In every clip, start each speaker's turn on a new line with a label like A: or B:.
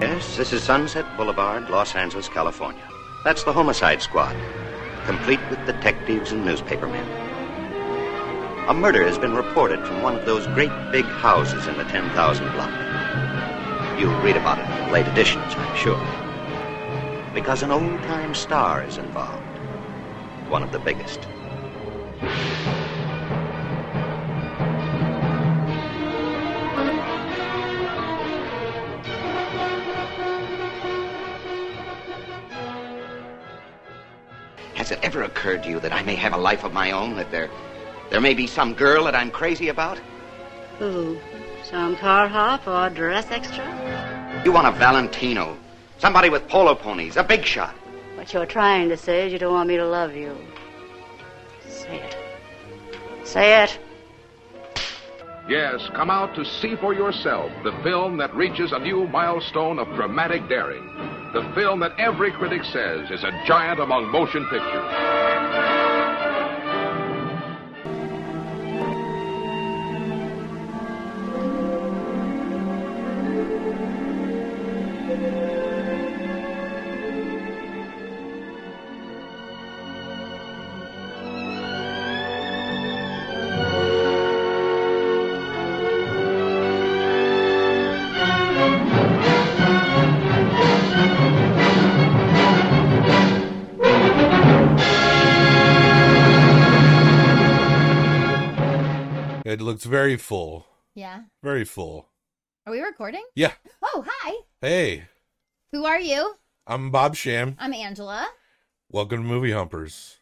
A: Yes, this is Sunset Boulevard, Los Angeles, California. That's the homicide squad, complete with detectives and newspapermen. A murder has been reported from one of those great big houses in the 10,000 block. You'll read about it in late editions, I'm sure. Because an old time star is involved, one of the biggest.
B: Has it ever occurred to you that I may have a life of my own? That there, there may be some girl that I'm crazy about?
C: Who? Some car hop or dress extra?
B: You want a Valentino, somebody with polo ponies, a big shot.
C: What you're trying to say is you don't want me to love you. Say it. Say it.
D: Yes, come out to see for yourself the film that reaches a new milestone of dramatic daring. The film that every critic says is a giant among motion pictures.
E: It looks very full.
F: Yeah.
E: Very full.
F: Are we recording?
E: Yeah.
F: Oh, hi.
E: Hey,
F: Who are you?
E: I'm Bob Sham.
F: I'm Angela.
E: Welcome to Movie Humpers.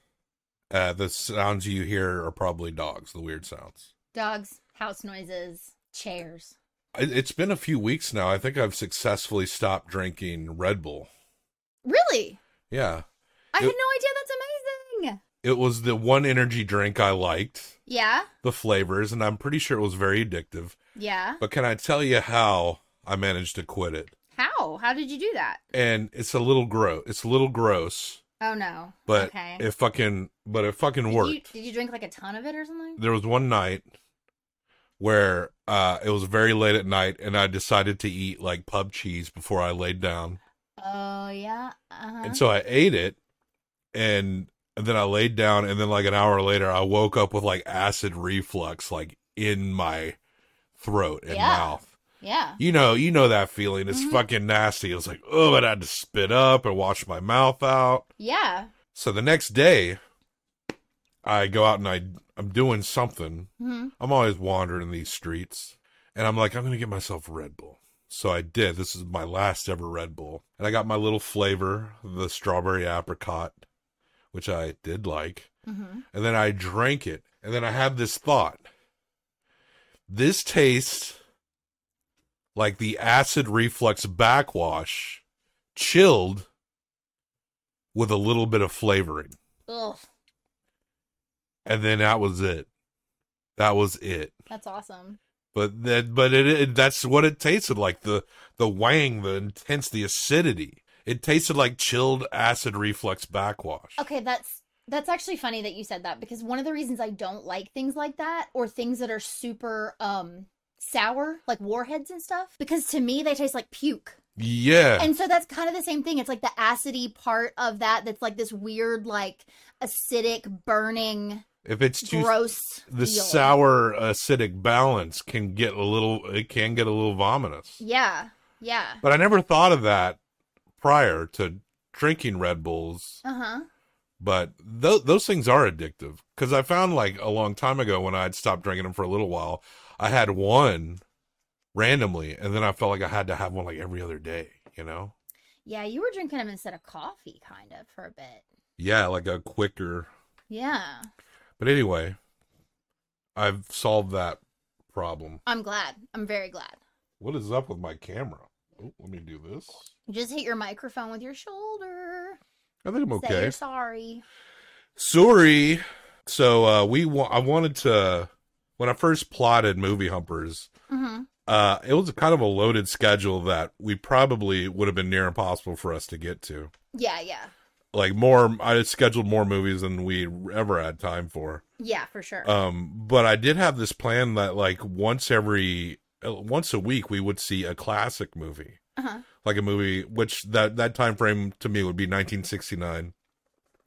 E: Uh, the sounds you hear are probably dogs, the weird sounds.
F: Dogs, house noises, chairs.
E: It- It's been a few weeks now. I think I've successfully stopped drinking Red Bull.
F: Really?
E: Yeah.
F: I
E: It-
F: had no idea. That's amazing.
E: It was the one energy drink I liked,
F: Yeah.
E: the flavors, and I'm pretty sure it was very addictive.
F: Yeah.
E: But can I tell you how I managed to quit it?
F: How? How did you do that?
E: And it's a little gross. It's a little gross,
F: Oh no.
E: but
F: okay.
E: it fucking but it
F: did
E: fucking
F: you,
E: worked.
F: did you drink like a ton of it or something?
E: there was one night where uh it was very late at night and I decided to eat like pub cheese before I laid down.
F: Oh yeah. Uh huh.
E: And so I ate it and, and then I laid down and then like an hour later I woke up with like acid reflux like in my throat and
F: Yeah.
E: mouth.
F: yeah.
E: You know, you know that feeling. It's fucking nasty. It was like, oh, and I had to spit up and wash my mouth out.
F: Yeah.
E: So the next day I go out and I I'm doing something
F: hmm
E: I'm always wandering these streets. And I'm like, I'm going to get myself a Red Bull. So I did. This is my last ever Red Bull. And I got my little flavor, the strawberry apricot, which I did like.
F: hmm
E: And then I drank it. And then I had this thought this tastes like the acid reflux backwash chilled with a little bit of flavoring.
F: Ugh.
E: And then that was it. That was it.
F: That's awesome.
E: but that but it, it that's what it tasted like the the wang the intense the acidity it tasted like chilled acid reflux backwash
F: Okay, that's that's actually funny that you said that because one of the reasons I don't like things like that or things that are super um sour, like warheads and stuff, because to me they taste like puke.
E: yeah
F: And so that's kind of the same thing. It's like the acidy part of that that's like this weird like acidic burning
E: if it's too
F: gross
E: the
F: feel.
E: sour acidic balance can get a little it can get a little vomitous
F: Yeah. Yeah.
E: but i never thought of that prior to drinking red bulls
F: Uh-huh.
E: but th- those things are addictive because i found like a long time ago when i'd stopped drinking them for a little while i had one randomly and then i felt like i had to have one like every other day you know
F: Yeah, you were drinking them instead of coffee kind of for a bit.
E: yeah like a quicker
F: Yeah.
E: but anyway i've solved that problem
F: I'm glad. I'm very glad.
E: what is up with my camera oh, let me do this
F: Just hit your microphone with your shoulder.
E: i think i'm
F: Say
E: okay
F: you're sorry.
E: sorry so uh we wa- i wanted to when i first plotted movie humpers
F: Mm-hmm.
E: uh it was kind of a loaded schedule that we probably would have been near impossible for us to get to
F: Yeah, yeah.
E: like more i had scheduled more movies than we ever had time for
F: Yeah, for sure.
E: um but i did have this plan that like once every uh, once a week we would see a classic movie
F: Uh-huh.
E: like a movie which that that time frame to me would be 1969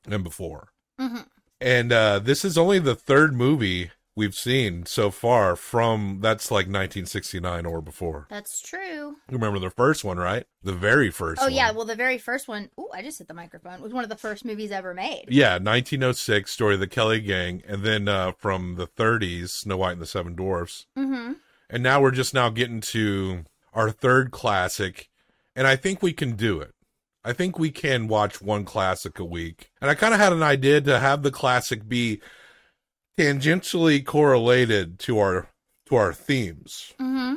E: and before
F: hmm
E: and uh this is only the third movie we've seen so far from that's like 1969 or before
F: That's true.
E: you remember the first one right the very first
F: Oh
E: one.
F: yeah, well the very first one, ooh, I just hit the microphone. Was one of the first movies ever made.
E: yeah 1906 story of the kelly gang and then uh from the 30s snow white and the seven dwarfs
F: Mm-hmm.
E: and now we're just now getting to our third classic and i think we can do it i think we can watch one classic a week and i kind of had an idea to have the classic be tangentially correlated to our to our themes
F: Mm-hmm.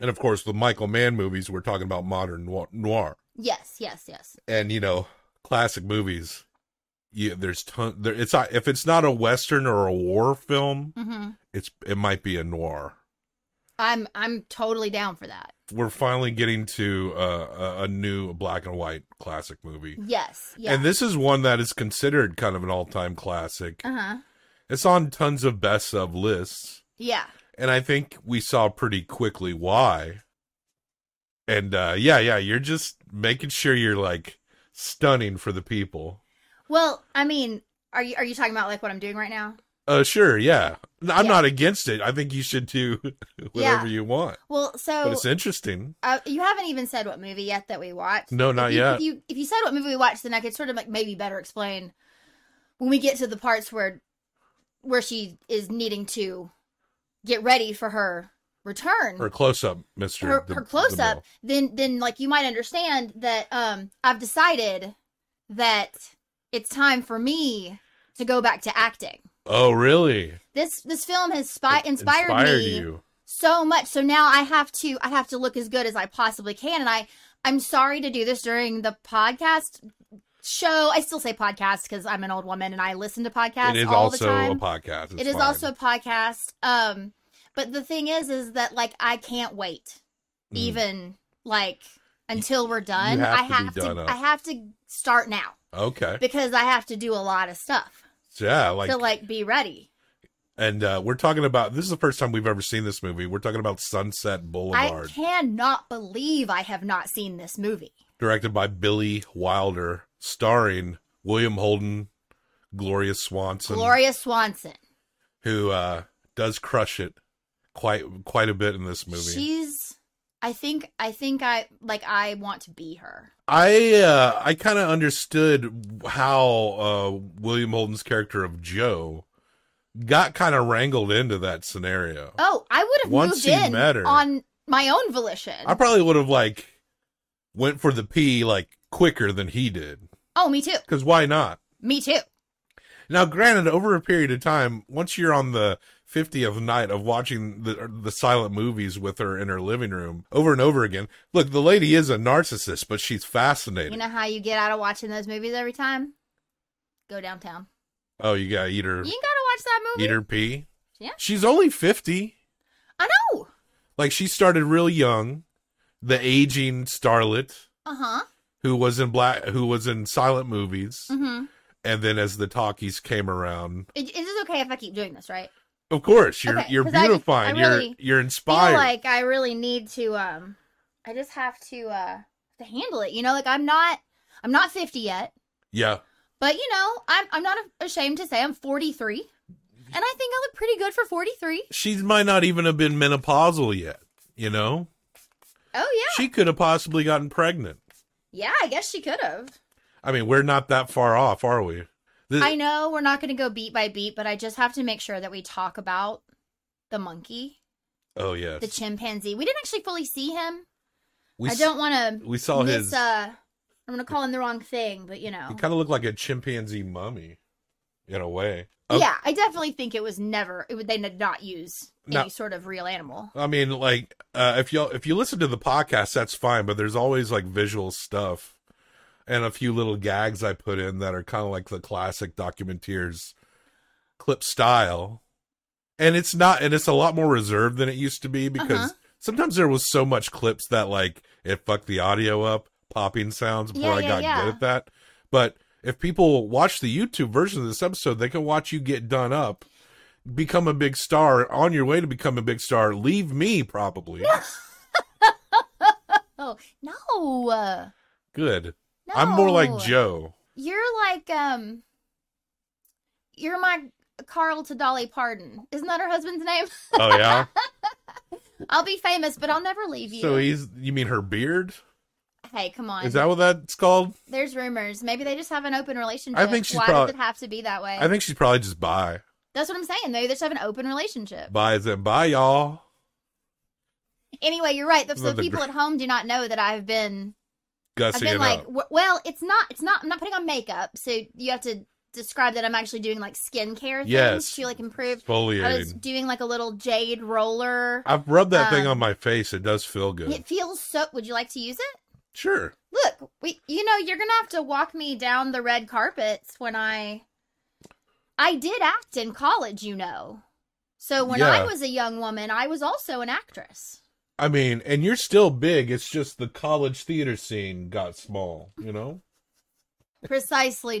E: and of course the michael mann movies we're talking about modern noi- noir
F: Yes, yes, yes.
E: and you know classic movies yeah there's ton there it's not if it's not a western or a war film
F: Mm-hmm.
E: it's it might be a noir
F: I'm I'm totally down for that.
E: we're finally getting to uh, a, a new black and white classic movie.
F: Yes. Yeah.
E: And this is one that is considered kind of an all time classic.
F: uh-huh.
E: It's on tons of best of lists.
F: Yeah.
E: And I think we saw pretty quickly why. And uh, yeah, yeah, you're just making sure you're like stunning for the people.
F: Well, I mean, are you are you talking about like what I'm doing right now?
E: Uh, sure, yeah. I'm
F: Yeah.
E: not against it. I think you should do whatever you want.
F: Well, so
E: But it's interesting.
F: uh, you haven't even said what movie yet that we watched.
E: No,
F: If
E: not
F: you-
E: yet.
F: If you if you said what movie we watched, then I could sort of like maybe better explain when we get to the parts where where she is needing to get ready for her return.
E: Or close up, Mister.
F: her, her close up then then like you might understand that um i've decided that it's time for me to go back to acting
E: Oh, really?
F: this this film has spi- inspired, me
E: you.
F: so much so now i have to i have to look as good as i possibly can and i i'm sorry to do this during the podcast show i still say podcast because i'm an old woman and i listen to podcasts
E: It is
F: all
E: also
F: the time
E: a podcast. It's
F: it is
E: fine.
F: also a podcast um but the thing is is that like i can't wait
E: Mm.
F: even like until we're done
E: have
F: i
E: to be
F: have
E: done
F: to
E: up.
F: i have to start now
E: okay.
F: because i have to do a lot of stuff
E: Yeah, like,
F: to like be ready
E: and uh, we're talking about this is the first time we've ever seen this movie. We're talking about Sunset
F: i
E: Boulevard,
F: cannot believe i have not seen this movie
E: directed by Billy Wilder, starring William Holden, Gloria Swanson,
F: gloria swanson
E: who uh, does crush it quite quite a bit in this movie.
F: she's i think i think i like i want to be her
E: I uh, I kind of understood how uh, William Holden's character of Joe got kind of wrangled into that scenario.
F: oh i would have
E: Once
F: moved
E: he
F: in
E: met her-
F: on my own volition
E: I probably would have like went for the P like quicker than he did.
F: oh me too
E: Because why not?
F: me too
E: Now, granted, over a period of time, once you're on the fiftieth night of watching the er, the silent movies with her in her living room over and over again, look, the lady is a narcissist, but she's fascinating.
F: You know how you get out of watching those movies every time? Go downtown.
E: oh, you gotta eat her,
F: You ain't gotta watch that movie.
E: eat her pee.
F: Yeah.
E: she's only fifty.
F: I know.
E: Like she started real young, the aging starlet
F: Uh huh.
E: who was in black, who was in silent movies.
F: Mm-hmm.
E: and then as the talkies came around
F: It, it is okay if I keep doing this, right?
E: of course you're
F: Okay,
E: you're
F: 'cause I just-
E: beautifying
F: I really
E: you're you're
F: I
E: inspired
F: feel like I really need to. Um, I just have to uh to handle it. You know, like I'm not I'm not 50 yet,
E: yeah
F: but you know I'm I'm not ashamed to say I'm 43, and I think I look pretty good for 43.
E: she might not even have been menopausal yet you know
F: Oh yeah,
E: she could have possibly gotten pregnant
F: yeah. I guess she could have.
E: i mean we're not that far off are we This-
F: I know we're not going to go beat by beat, but I just have to make sure that we talk about the monkey.
E: oh yes
F: the chimpanzee. We didn't actually fully see him.
E: we,
F: I
E: s-
F: don't want to.
E: we saw
F: miss,
E: his
F: Uh, I'm gonna call him the wrong thing, but you know.
E: he kind of looked like a chimpanzee mummy in a way Of-
F: Yeah, I definitely think it was never. It would. They did not use
E: No.
F: any sort of real animal.
E: I mean, like, uh, if you if you listen to the podcast, that's fine. But there's always like visual stuff, and a few little gags I put in that are kind of like the classic documentaires clip style. And it's not, and it's a lot more reserved than it used to be because
F: Uh-huh.
E: sometimes there was so much clips that like it fucked the audio up, popping sounds before
F: Yeah,
E: I
F: yeah,
E: got
F: yeah.
E: good at that. But if people watch the YouTube version of this episode, they can watch you get done up become a big star on your way to become a big star leave me probably
F: Oh no, uh,
E: Good.
F: no.
E: I'm more like Joe.
F: You're like um. You're my Carl to Dolly Parton. Isn't that her husband's name?
E: Oh yeah.
F: I'll be famous, but I'll never leave you.
E: so he's. You mean her beard?
F: hey, come on.
E: Is that what that's called?
F: There's rumors. Maybe they just have an open relationship.
E: I think she's
F: Why
E: prob-
F: does it have to be that way?
E: I think she's probably just bi.
F: That's what I'm saying. They just have an open relationship.
E: Bi is in bye y'all.
F: Anyway, you're right. The, so
E: Another
F: people
E: gr-
F: at home do not know that I've been. I've
E: Gussing
F: been
E: it
F: like,
E: up.
F: w- well, it's not. It's not. I'm not putting on makeup, so you have to describe that I'm actually doing like skincare things
E: Yes.
F: to like improve. I was
E: Exfoliating.
F: doing like a little jade roller.
E: I've rubbed that thing
F: um,
E: on my face. It does feel good.
F: It feels so. Would you like to use it?
E: Sure.
F: Look, we. You know, you're gonna have to walk me down the red carpets when I. I did act in college, you know. So when I
E: Yeah.
F: was a young woman, I was also an actress.
E: I mean, and you're still big. It's just the college theater scene got small, you know?
F: Precisely,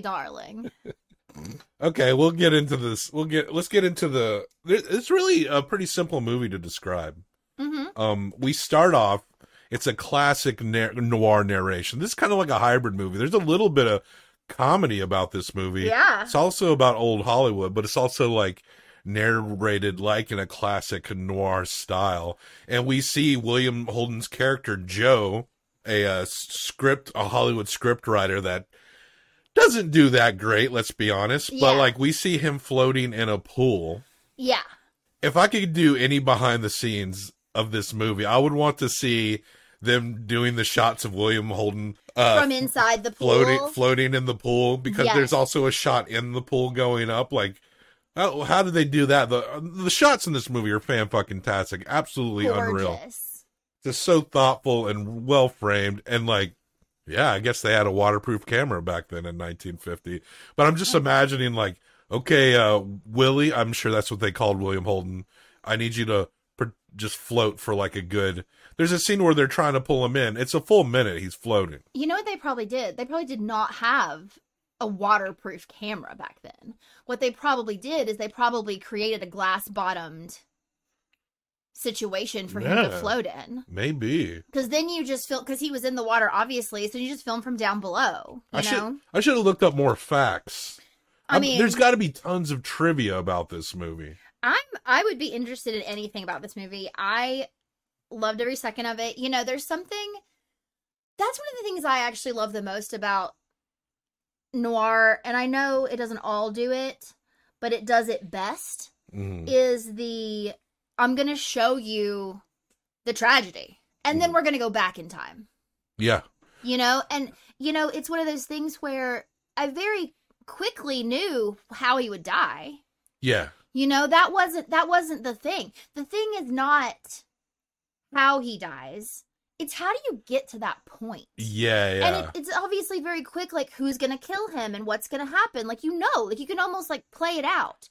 F: darling.
E: Okay, we'll get into this. We'll get let's get into the there- it's really a pretty simple movie to describe.
F: hmm
E: Um we start off it's a classic na- noir narration. This is kind of like a hybrid movie. There's a little bit of comedy about this movie.
F: Yeah.
E: It's also about old Hollywood, but it's also like narrated like in a classic noir style. And we see William Holden's character Joe, a uh, s- script, a Hollywood script writer that doesn't do that great, let's be honest, but
F: Yeah.
E: like we see him floating in a pool.
F: Yeah.
E: If I could do any behind the scenes of this movie, I would want to see them doing the shots of William Holden uh,
F: From inside the pool.
E: floating floating in the pool because
F: Yes.
E: there's also a shot in the pool going up like oh, how did they do that the the shots in this movie are fan fucking tastic absolutely unreal
F: Gorgeous.
E: just so thoughtful and well framed and like yeah i guess they had a waterproof camera back then in 1950 but i'm just imagining like okay uh willie i'm sure that's what they called william holden i need you to pr- just float for like a good there's a scene where they're trying to pull him in it's a full minute he's floating
F: You know what they probably did? They probably did not have a waterproof camera back then. What they probably did is they probably created a glass bottomed situation for him to
E: Yeah.
F: float in.
E: maybe
F: Because then you just feel, because he was in the water, obviously, so you just film from down below. You
E: I
F: know?
E: should I should have looked up more facts.
F: I
E: I'm-
F: mean-
E: there's got to be tons of trivia about this movie.
F: I'm I would be interested in anything about this movie. I loved every second of it. You know, there's something that's one of the things I actually love the most about noir, and I know it doesn't all do it, but it does it best
E: Mhm.
F: is the I'm going to show you the tragedy. And then we're going to go back in time
E: Yeah,
F: you know and you know it's one of those things where i very quickly knew how he would die
E: yeah,
F: you know that wasn't that wasn't the thing the thing is not how he dies it's how do you get to that point
E: yeah, yeah.
F: and it, it's obviously very quick like who's gonna kill him and what's gonna happen like you know like you can almost like play it out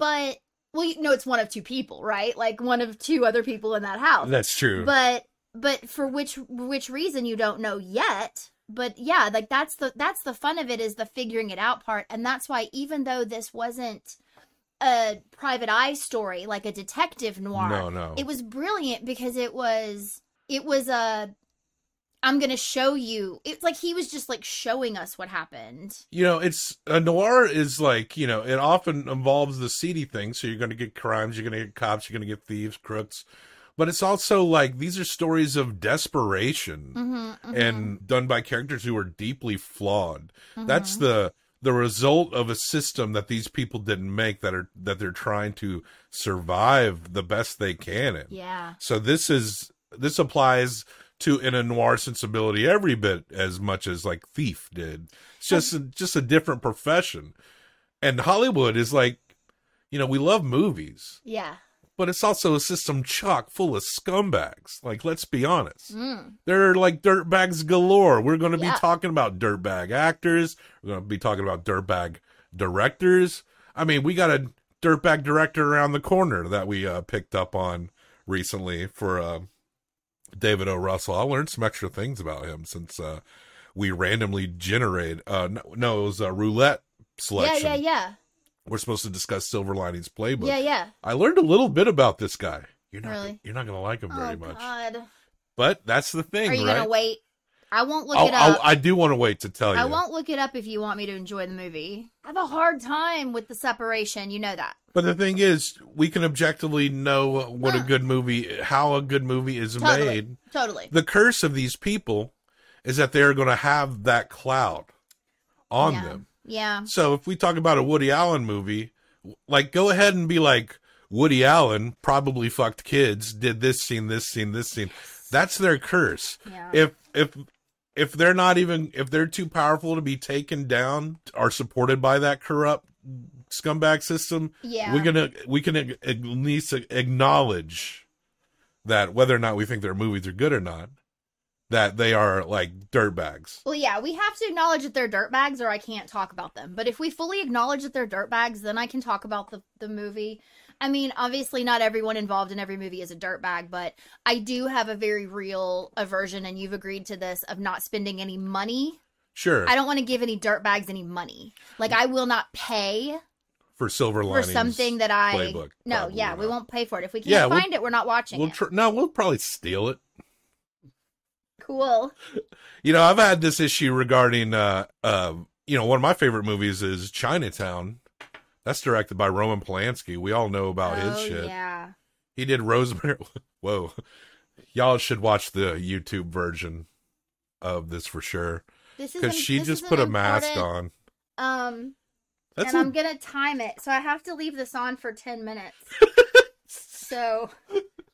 F: but well you know it's one of two people right like one of two other people in that house
E: That's true.
F: but but for which which reason you don't know yet but yeah like that's the that's the fun of it is the figuring it out part and that's why even though this wasn't a private eye story like a detective noir
E: no, no.
F: it was brilliant because it was it was a i'm gonna show you it's like he was just like showing us what happened
E: you know, it's a noir is like you know, it often involves the seedy thing. So you're going to get crimes, you're going to get cops, you're going to get thieves, crooks, but it's also like these are stories of desperation.
F: mm-hmm,
E: and done by characters who are deeply flawed.
F: Mm-hmm.
E: That's the the result of a system that these people didn't make that are that they're trying to survive the best they can in.
F: yeah
E: So this is this applies to in a noir sensibility every bit as much as like Thief did. It's just just a different profession. And Hollywood is like you know, we love movies,
F: yeah
E: but it's also a system chock full of scumbags. Like let's be honest.
F: mm.
E: They're like dirtbags galore. We're going to
F: Yeah.
E: be talking about dirtbag actors. We're going to be talking about dirtbag directors. I mean, we got a dirtbag director around the corner that we uh, picked up on recently for uh, David O. Russell. I learned some extra things about him since uh, we randomly generate. Uh, no, no, it was a roulette
F: yeah
E: selection.
F: yeah yeah
E: We're supposed to discuss Silver Linings Playbook.
F: yeah yeah
E: I learned a little bit about this guy. You're not.
F: Really?
E: You're not going to like him very
F: oh
E: much.
F: god
E: But that's the thing,
F: Are you
E: right?
F: gonna wait? I won't look
E: I'll-
F: it
E: I'll-
F: up.
E: I do want to wait to tell you.
F: I won't look it up if you want me to enjoy the movie. I have a hard time with the separation. You know that.
E: But the thing is, we can objectively know what a
F: Huh.
E: good movie, how a good movie is
F: Totally.
E: made.
F: Totally.
E: The curse of these people is that they're going to have that cloud on
F: yeah.
E: them.
F: Yeah.
E: So if we talk about a Woody Allen movie, like go ahead and be like Woody Allen probably fucked kids, did this scene, this scene, this scene. That's their curse.
F: Yeah.
E: If if if they're not even if they're too powerful to be taken down or supported by that corrupt scumbag system,
F: Yeah.
E: we're gonna we can ag- at least acknowledge that whether or not we think their movies are good or not, that they are like dirtbags.
F: Well, yeah, we have to acknowledge that they're dirtbags or I can't talk about them. But if we fully acknowledge that they're dirtbags, then I can talk about the, the movie. I mean, obviously, not everyone involved in every movie is a dirtbag, but I do have a very real aversion, and you've agreed to this, of not spending any money.
E: Sure,
F: I don't want to give any dirtbags any money. Like, I will not pay
E: for silver
F: for
E: linings
F: something that I.
E: playbook.
F: no,
E: probably
F: yeah,
E: not.
F: we won't pay for it. If we can't
E: Yeah, we'll-
F: find it, we're not watching
E: We'll
F: it.
E: tr- no, we'll probably steal it.
F: cool.
E: You know, I've had this issue regarding, uh, uh, you know, one of my favorite movies is Chinatown. That's directed by Roman Polanski. We all know about his
F: Oh,
E: shit.
F: Yeah.
E: He did Rosemary. Whoa, y'all should watch the YouTube version of this for sure
F: This is
E: because
F: an-
E: she
F: this
E: just
F: is
E: put
F: an
E: a mask
F: important,
E: on.
F: Um,
E: That's
F: and i am
E: a-
F: I'm gonna time it, so I have to leave this on for ten minutes. so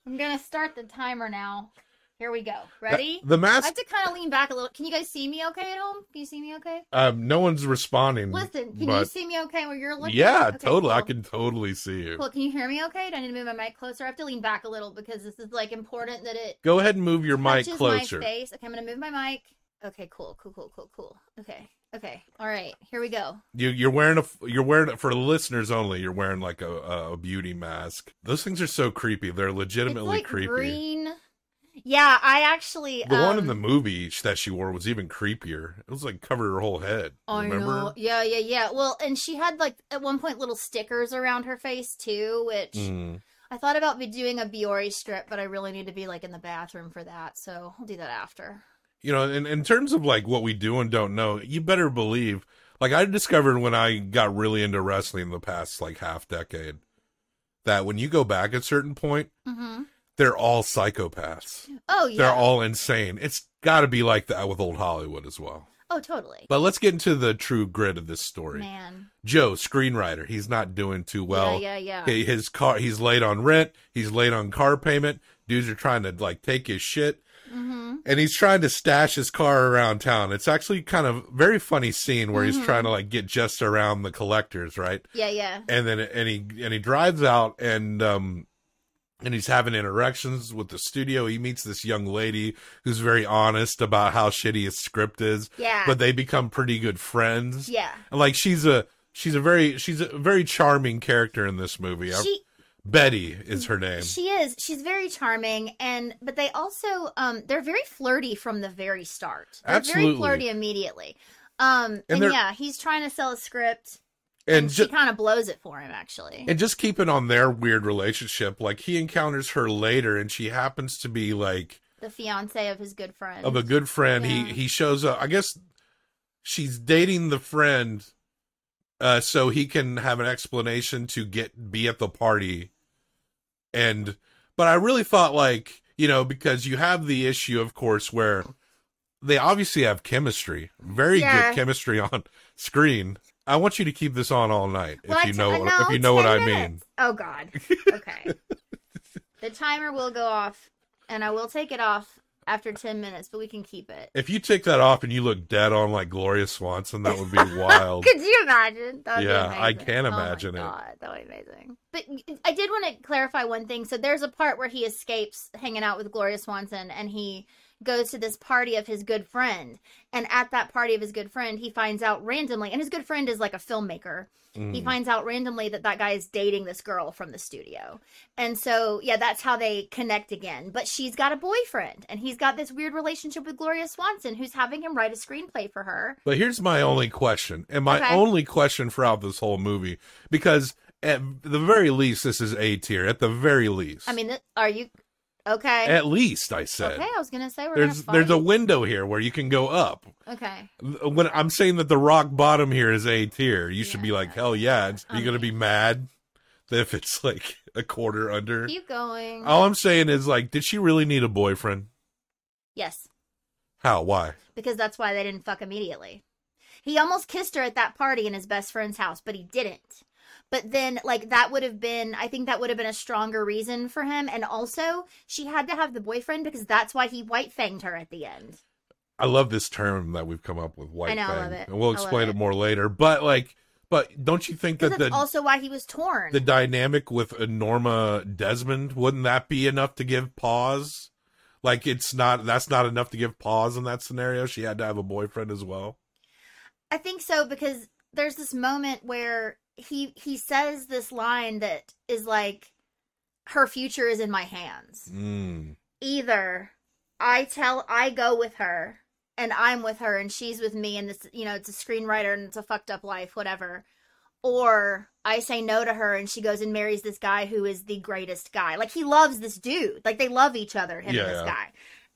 F: I'm gonna start the timer now. Here we go. Ready?
E: The
F: I have
E: mask.
F: to kind of lean back a little. Can you guys see me okay at home? Can you see me okay?
E: Um, no one's responding.
F: Listen, can you
E: Mm, but-
F: see me okay where you're looking?
E: Yeah,
F: Okay,
E: totally. I
F: cool.
E: can totally see you.
F: Cool. Can you hear me okay? Do I need to move my mic closer? I have to lean back a little because this is like important that it
E: Go ahead and move your mic
F: touches
E: closer.
F: My face. Okay, I'm gonna move my mic. Okay, cool, cool, cool, cool, cool. Okay, okay. All right, here we go.
E: You, you're wearing a f- you're wearing for listeners only. You're wearing like a, a, a beauty mask. Those things are so creepy. They're legitimately
F: it's like
E: creepy.
F: green. Yeah, I actually
E: The one in
F: um,
E: the movie sh- that she wore was even creepier. It was like covered her whole head.
F: I
E: remember?
F: know. Yeah, yeah, yeah. Well, and she had like at one point little stickers around her face too, which
E: Mm.
F: I thought about be doing a Biore strip, but I really need to be like in the bathroom for that, so I'll do that after.
E: You know, in, in terms of like what we do and don't know, you better believe. Like I discovered when I got really into wrestling in the past like half decade, that when you go back at a certain point,
F: Mm-hmm.
E: they're all psychopaths.
F: Oh yeah.
E: They're all insane. It's got to be like that with old Hollywood as well.
F: oh totally.
E: But let's get into the true grit of this story.
F: Man.
E: Joe, screenwriter, he's not doing too well.
F: yeah, yeah, yeah.
E: He- His car, he's late on rent. He's late on car payment. Dudes are trying to like take his shit,
F: Mm-hmm.
E: and he's trying to stash his car around town. It's actually kind of very funny scene where
F: Mm-hmm.
E: he's trying to like get just around the collectors, right?
F: Yeah, yeah.
E: And then and he and he drives out and um and he's having interactions with the studio. He meets this young lady who's very honest about how shitty his script is,
F: Yeah.
E: but they become pretty good friends
F: yeah.
E: like she's a she's a very she's a very charming character in this movie. I-
F: She
E: Betty is her name.
F: She is. She's very charming, and but they also um they're very flirty from the very start. They're
E: Absolutely.
F: very flirty immediately. Um, and,
E: they're-
F: yeah, he's trying to sell a script, and,
E: and
F: she
E: just
F: kind of blows it for him actually.
E: and just keeping on their weird relationship, like he encounters her later, and she happens to be like
F: the fiance of his good friend.
E: of a good friend.
F: Yeah.
E: He he shows up. I guess she's dating the friend, uh, so he can have an explanation to get be at the party. And but I really thought like you know because you have the issue, of course, where they obviously have chemistry, very
F: Yeah.
E: good chemistry on screen. I want you to keep this on all night
F: Well, uh,
E: if
F: I
E: you
F: t-
E: know
F: I
E: what, if you know what
F: 10
E: I mean.
F: minutes. Oh God. Okay. the timer will go off, and I will take it off after ten minutes, but we can keep it.
E: If you take that off and you look dead on like Gloria Swanson, that would be wild.
F: Could you imagine? That would be
E: Yeah, I
F: amazing.
E: can
F: Oh my
E: imagine it.
F: God, that would be amazing. But I did want to clarify one thing. So there's a part where he escapes hanging out with Gloria Swanson and he goes to this party of his good friend. And at that party of his good friend, he finds out randomly, and his good friend is like a filmmaker.
E: Mm.
F: He finds out randomly that that guy is dating this girl from the studio. And so, yeah, that's how they connect again. But she's got a boyfriend, and he's got this weird relationship with Gloria Swanson, who's having him write a screenplay for her.
E: But here's my only question, and my
F: Okay.
E: only question throughout this whole movie, because at the very least, this is A tier. At the very least,
F: I mean, th- are you Okay.
E: At least I said.
F: okay, I was gonna say we're
E: There's
F: gonna
E: there's a
F: fight.
E: window here where you can go up.
F: okay.
E: When I'm saying that the rock bottom here is A tier, you should be like, hell yeah. It's, You're gonna be
F: Um,
E: mad if it's like a quarter under.
F: Keep going.
E: All I'm saying is like, did she really need a boyfriend?
F: Yes,
E: How? Why?
F: because that's why they didn't fuck immediately. He almost kissed her at that party in his best friend's house, but he didn't. But then, like, that would have been, I think that would have been a stronger reason for him. And also, she had to have the boyfriend because that's why he white fanged her at the end.
E: I love this term that we've come up with, white
F: I know, I
E: fang.
F: love it.
E: And
F: I
E: we'll
F: love
E: explain it.
F: it.
E: more later. But like, but don't you think
F: Because
E: that
F: that's
E: the
F: also why he was torn.
E: the dynamic with Norma Desmond wouldn't that be enough to give pause? Like, it's not that's not enough to give pause in that scenario. She had to have a boyfriend as well.
F: I think so because there's this moment where he he says this line that is like her future is in my hands.
E: Mm.
F: Either I tell I go with her and I'm with her and she's with me and this you know it's a screenwriter and it's a fucked up life whatever or I say no to her and she goes and marries this guy who is the greatest guy. Like he loves this dude. Like they love each other him and this
E: Yeah.
F: guy.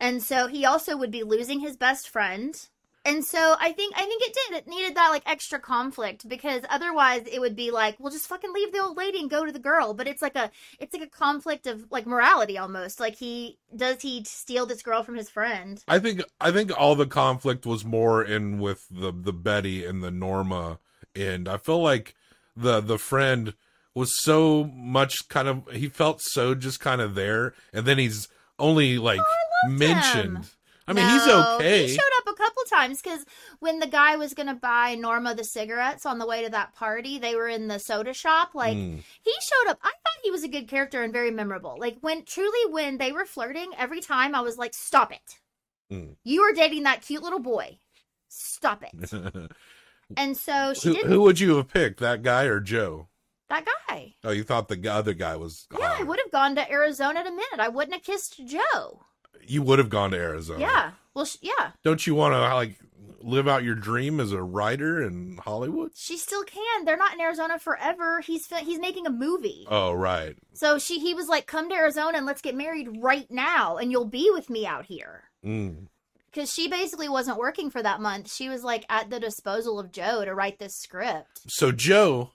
F: And so he also would be losing his best friend. And so I think I think it did. It needed that like extra conflict because otherwise it would be like, well, just fucking leave the old lady and go to the girl. But it's like a it's like a conflict of like morality almost. Like he does he steal this girl from his friend?
E: I think I think all the conflict was more in with the the Betty and the Norma end. I feel like the the friend was so much kind of he felt so just kind of there, and then he's only like mentioned.
F: Oh, him.
E: I mean, he's
F: No,
E: okay.
F: He showed up a couple times because when the guy was gonna buy Norma the cigarettes on the way to that party, they were in the soda shop. Like
E: Mm.
F: he showed up. I thought he was a good character and very memorable. Like when truly when they were flirting, every time I was like, stop it.
E: Mm.
F: You are dating that cute little boy. Stop it. and so she
E: who,
F: didn't.
E: who would you have picked, that guy or Joe?
F: that guy.
E: Oh, you thought the g- other guy was?
F: Yeah, I
E: hot.
F: would have gone to Arizona in a minute. I wouldn't have kissed Joe.
E: You would have gone to Arizona.
F: Yeah. Well, sh- yeah.
E: Don't you want to like live out your dream as a writer in Hollywood?
F: She still can. They're not in Arizona forever. He's fi- he's making a movie.
E: Oh, right.
F: So she he was like, "Come to Arizona and let's get married right now, and you'll be with me out here."
E: Mm.
F: Because she basically wasn't working for that month. She was like at the disposal of Joe to write this script.
E: so Joe,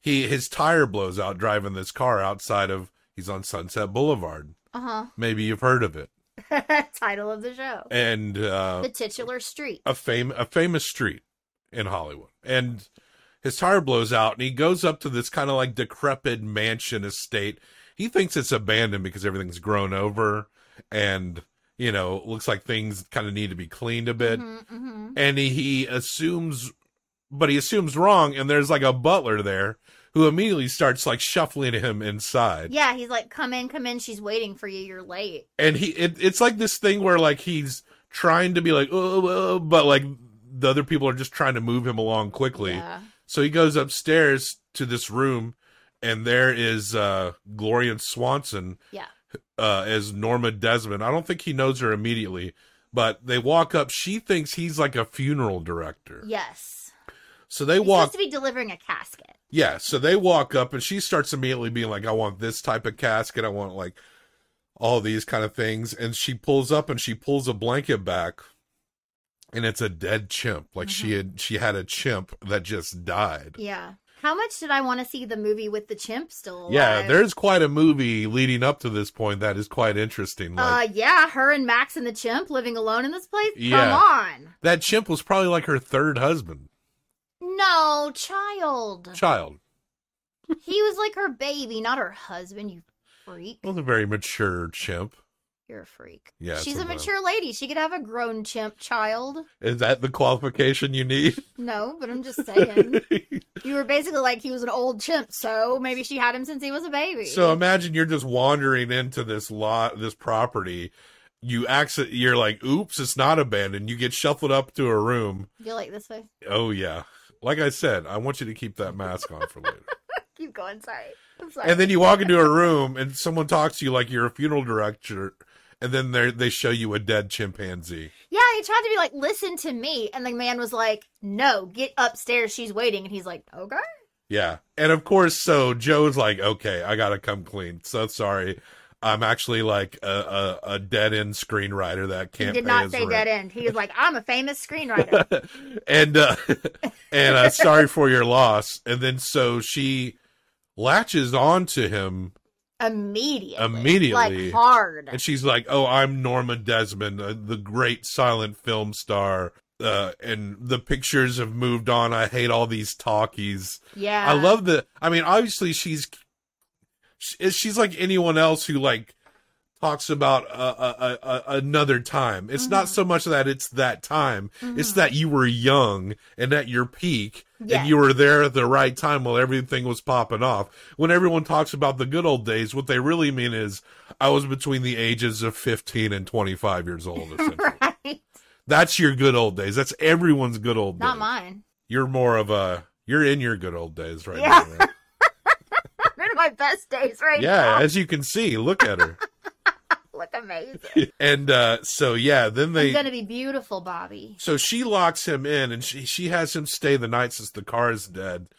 E: he his tire blows out driving this car outside of he's on Sunset Boulevard.
F: Uh
E: Maybe you've heard of it.
F: huh. Title of the show:
E: And uh,
F: The Titular Street.
E: a fame a famous street in Hollywood. And his tire blows out and he goes up to this kind of like decrepit mansion estate. He thinks it's abandoned because everything's grown over and you know, it looks like things kind of need to be cleaned a bit.
F: Mm-hmm.
E: and he, he assumes but he assumes wrong and there's like a butler there who immediately starts like shuffling him inside
F: Yeah, he's like, "Come in, come in. She's waiting for you. You're late."
E: and he it, it's like this thing where like he's trying to be like oh, oh," but like the other people are just trying to move him along quickly
F: Yeah.
E: so he goes upstairs to this room and there is uh Gloria Swanson
F: Yeah.
E: uh, as Norma Desmond. I don't think he knows her immediately, but they walk up. She thinks he's like a funeral director.
F: Yes.
E: So they
F: He's
E: walk
F: supposed to be delivering a casket.
E: Yeah, so they walk up and she starts immediately being like, I want this type of casket. I want like all these kind of things. And she pulls up and she pulls a blanket back and it's a dead chimp. Like she had she had a chimp that just died.
F: Yeah. How much did I want to see the movie with the chimp still alive?
E: Yeah, there's quite a movie leading up to this point that is quite interesting. Like
F: uh, yeah, her and Max and the chimp living alone in this place.
E: Yeah.
F: Come on.
E: that chimp was probably like her third husband.
F: No, child.
E: Child.
F: He was like her baby, not her husband. You freak.
E: It was a very mature chimp.
F: You're a freak.
E: Yeah,
F: She's a
E: sometimes.
F: mature lady. She could have a grown chimp child.
E: Is that the qualification you need?
F: No, but I'm just saying. you were basically like he was an old chimp, so maybe she had him since he was a baby.
E: So um, imagine you're just wandering into this lot, this property. You accident, you're like, oops, it's not abandoned. You get shuffled up to a room.
F: you like this way?
E: Oh yeah, like I said, I want you to keep that mask on for later.
F: Keep going. Sorry. I'm sorry.
E: and then you walk into a room, and someone talks to you like you're a funeral director, and then they they show you a dead chimpanzee.
F: Yeah, he tried to be like, listen to me. And the man was like, no, get upstairs. She's waiting. And he's like, okay.
E: Yeah, and of course, so Joe's like, okay, I gotta come clean. So sorry, I'm actually like a, a, a dead end screenwriter that
F: He
E: can't.
F: did
E: pay
F: not
E: his
F: say
E: rent.
F: dead end. He was like, I'm a famous screenwriter.
E: and uh, and uh, sorry for your loss. And then so she latches on to him,
F: Immediately.
E: Immediately.
F: Like hard.
E: and she's like, "Oh, I'm Norma Desmond, uh, the great silent film star." Uh, and the pictures have moved on. I hate all these talkies.
F: yeah.
E: I love the. I mean, obviously she's she- she's like anyone else who like talks about uh, a, a, a, another time. It's not
F: Mm-hmm.
E: so much that it's that time. It's that you were young and at your peak.
F: Yes.
E: And you were there at the right time while everything was popping off. When everyone talks about the good old days, what they really mean is I was between the ages of 15 and 25 years old. essentially.
F: Right.
E: That's your good old days. That's everyone's good old days
F: Not mine.
E: you're more of a you're in your good old days right
F: Yeah.
E: now. right?
F: I'm in my best days right
E: yeah,
F: now.
E: as you can see, look at her.
F: Look amazing.
E: and uh so yeah, then
F: It's
E: they
F: gonna be beautiful, Bobby.
E: so she locks him in and she she has him stay the night since the car is dead.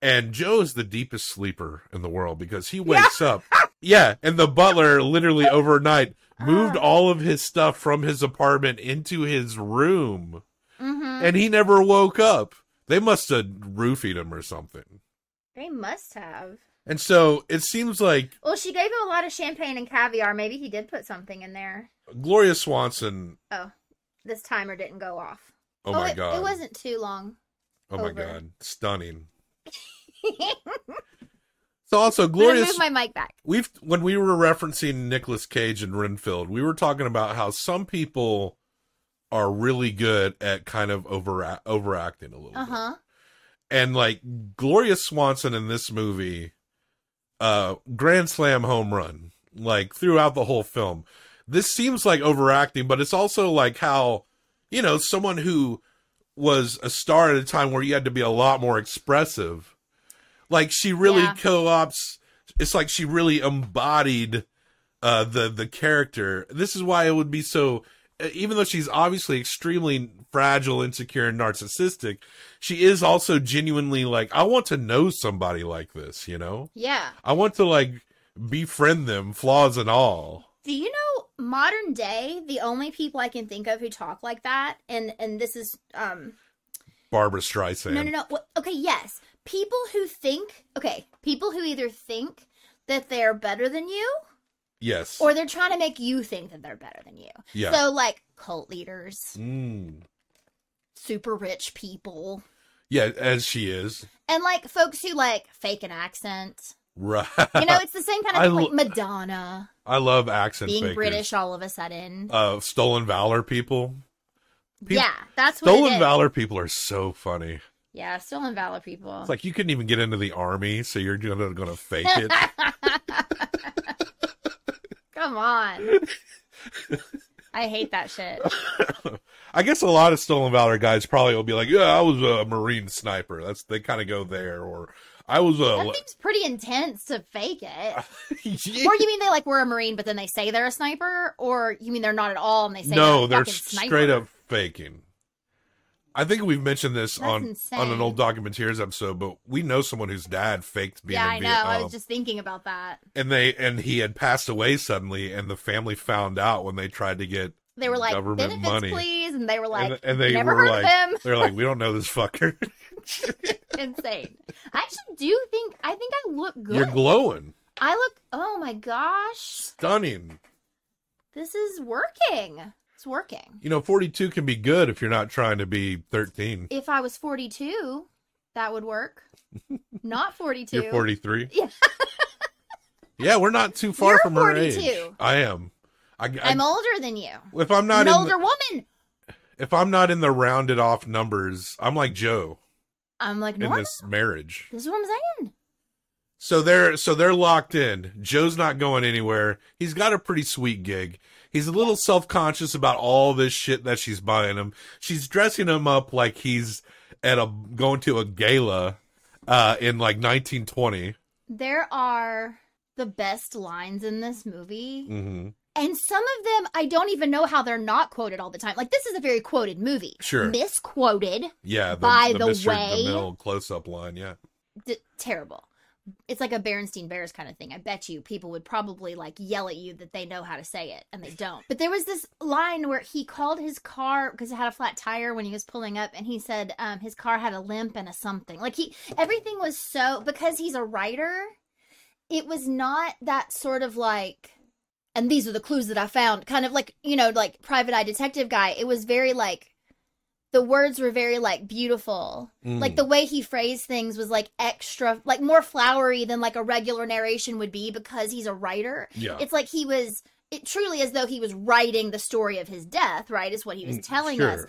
E: And Joe's the deepest sleeper in the world because he wakes up. Yeah, and the butler literally overnight moved
F: Ah.
E: all of his stuff from his apartment into his room.
F: Mm-hmm.
E: And he never woke up. They must have roofied him or something.
F: They must have.
E: And so it seems like
F: Well, she gave him a lot of champagne and caviar. Maybe he did put something in there.
E: Gloria Swanson.
F: Oh, this timer didn't go off.
E: Oh, my
F: it,
E: god.
F: It wasn't too long.
E: oh my
F: over.
E: god. Stunning.
F: I'm
E: So also
F: gonna
E: Gloria
F: move my mic back.
E: we've when we were referencing Nicolas Cage and Renfield, we were talking about how some people are really good at kind of over overacting a little
F: Uh huh.
E: bit. And like Gloria Swanson in this movie, uh Grand Slam home run, like throughout the whole film. This seems like overacting, but it's also like how, you know, someone who was a star at a time where you had to be a lot more expressive. Like she really
F: Yeah.
E: co-ops it's like she really embodied uh the the character. This is why it would be so e-, even though she's obviously extremely fragile, insecure, and narcissistic, she is also genuinely like, I want to know somebody like this, you know?
F: Yeah.
E: I want to like befriend them, flaws and all.
F: Do you know modern day? The only people I can think of who talk like that, and and this is um
E: Barbara Streisand.
F: No, no, no. Well, okay, yes. People who think, okay, people who either think that they're better than you
E: Yes.
F: or they're trying to make you think that they're better than you.
E: yeah.
F: So, like cult leaders,
E: Mm.
F: super rich people,
E: Yeah, as she is.
F: and like folks who like fake an accent.
E: Right.
F: You know, it's the same kind of
E: I
F: thing,
E: l-
F: like Madonna
E: I love accent
F: being
E: fakers.
F: British all of a sudden.
E: Uh, stolen valor people. peop-
F: yeah, that's what it
E: Stolen
F: is.
E: valor people are so funny.
F: Yeah, stolen valor people.
E: It's like you couldn't even get into the army, so you're gonna gonna fake it.
F: Come on. I hate that shit.
E: I guess a lot of stolen valor guys probably will be like, "Yeah, I was a marine sniper." That's they kind of go there, or I was
F: That
E: a.
F: seems pretty intense to fake it.
E: Yeah.
F: Or you mean they like were a marine, but then they say they're a sniper? Or you mean they're not at all and they say
E: no,
F: they're,
E: they're
F: a fucking sniper?
E: straight up faking. I think we've mentioned this
F: That's
E: on
F: insane.
E: on an old documentaries episode, but we know someone whose dad faked being
F: Yeah,
E: in
F: I know.
E: Vietnam,
F: I was just thinking about that.
E: and they and he had passed away suddenly, and the family found out when they tried to get
F: They were like
E: Government
F: benefits,
E: money.
F: please, and they were like,
E: and, and they
F: never
E: were
F: heard
E: like,
F: of him.
E: they're like, we don't know this fucker.
F: Insane. I actually do think I think I look good.
E: You're glowing,
F: I look. Oh my gosh,
E: stunning.
F: this is working. It's working.
E: You know, 42 can be good if you're not trying to be 13.
F: If I was forty-two, that would work. Not 42
E: You're 43.
F: Yeah.
E: yeah, we're not too far
F: You're
E: from her age.
F: 42.
E: I am. I, I,
F: I'm older than you.
E: if I'm
F: I'm
E: not
F: an
E: in
F: older
E: the,
F: woman.
E: if I'm not in the rounded off numbers, I'm like Joe
F: I'm like,
E: in
F: no,
E: this marriage.
F: This is what I'm saying.
E: So they're so they're locked in. Joe's not going anywhere. He's got a pretty sweet gig. He's a little self-conscious about all this shit that she's buying him. She's dressing him up like he's at a going to a gala uh in like 1920.
F: There are the best lines in this movie.
E: Mhm.
F: And some of them I don't even know how they're not quoted all the time. Like this is a very quoted movie.
E: Sure.
F: Misquoted.
E: Yeah,
F: By the
E: Mr.
F: way-
E: DeMille close-up line, yeah.
F: D- terrible. it's like a Berenstein Bears kind of thing. I bet you people would probably like yell at you that they know how to say it and they don't. But there was this line where he called his car because it had a flat tire when he was pulling up, and he said um, his car had a limp and a something. Like he, everything was so because he's a writer. It was not that sort of like, and these are the clues that I found. Kind of like you know, like private eye detective guy. It was very like the words were very like beautiful. Like
E: Mm.
F: the way he phrased things was like extra, like more flowery than like a regular narration would be because he's a writer.
E: Yeah.
F: It's like he was, it truly as though he was writing the story of his death, right? Is what he was telling
E: Mm,
F: us.
E: sure.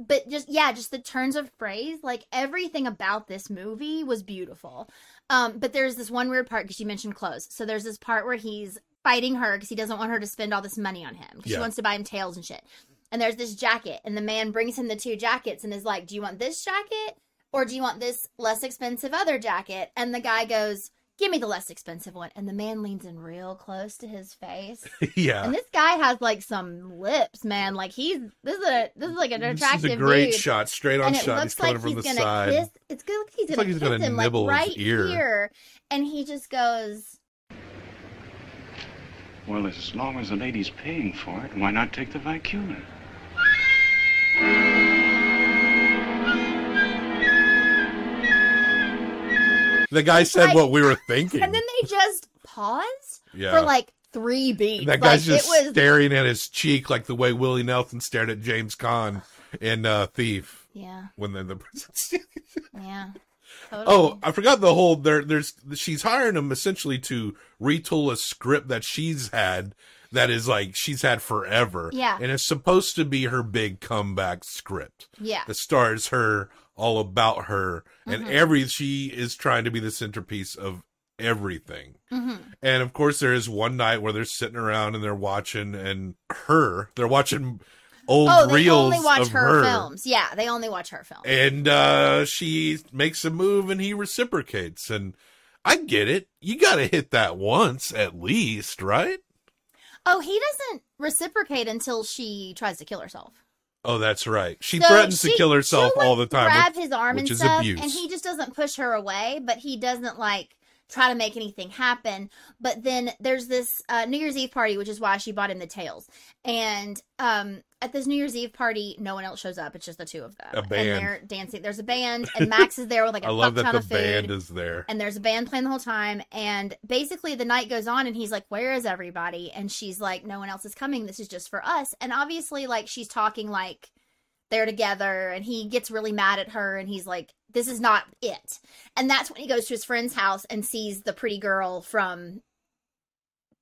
F: But just, yeah, just the turns of phrase, like everything about this movie was beautiful. Um, but there's this one weird part because you mentioned clothes. So there's this part where he's fighting her because he doesn't want her to spend all this money on him 'cause
E: Yeah.
F: she wants to buy him tails and shit. And there's this jacket, and the man brings him the two jackets and is like, "Do you want this jacket or do you want this less expensive other jacket?" And the guy goes, "Give me the less expensive one." And the man leans in real close to his face,
E: yeah.
F: and this guy has like some lips, man. Like he's this is a this is like an
E: This
F: attractive
E: is a great
F: dude
E: shot, straight on
F: and it
E: shot. he's
F: looks
E: coming
F: like
E: from
F: he's
E: the
F: gonna
E: side.
F: kiss. It's good. He's
E: Looks
F: gonna
E: like he's
F: kiss
E: gonna
F: him
E: nibble
F: like
E: his
F: right
E: ear.
F: here, and he just goes.
G: Well, as long as the lady's paying for it, why not take the vicuna?
E: The guy said
F: like-
E: what we were thinking.
F: And then they just paused
E: yeah.
F: for like three beats.
E: And that guy's
F: like,
E: just
F: it was,
E: staring at his cheek like the way Willie Nelson stared at James Caan in uh, Thief
F: yeah,
E: when they're the
F: yeah. Totally.
E: Oh, I forgot the whole there. There's she's hiring him essentially to retool a script that she's had that is like she's had forever.
F: Yeah.
E: and it's supposed to be her big comeback script
F: yeah, Mm-hmm.
E: that stars her all about her and every she is trying to be the centerpiece of everything.
F: hmm
E: And of course, there is one night where they're sitting around and they're watching and her. They're watching old
F: Oh, they
E: reels
F: only watch
E: of
F: her,
E: her.
F: films. Yeah, they only watch her films.
E: And uh, she makes a move and he reciprocates. And I get it. You got to hit that once at least, right?
F: oh, he doesn't reciprocate until she tries to kill herself.
E: Oh, that's right. She
F: So
E: threatens to
F: she-
E: kill herself
F: she'll,
E: all the
F: like,
E: time.
F: Grab his arm
E: which
F: and
E: is
F: stuff,
E: abuse.
F: and he just doesn't push her away. But he doesn't like try to make anything happen. But then there's this uh, New Year's Eve party, which is why she bought him the tails. And um, at this New Year's Eve party, no one else shows up. It's just the two of them.
E: A
F: And
E: band.
F: they're dancing. There's a band, and Max is there with like a
E: I love
F: fuck
E: that
F: ton
E: the
F: of food
E: band is there.
F: and there's a band playing the whole time and basically the night goes on and he's like where is everybody and she's like no one else is coming this is just for us and obviously like she's talking like they're together and he gets really mad at her and he's like this is not it and that's when he goes to his friend's house and sees the pretty girl from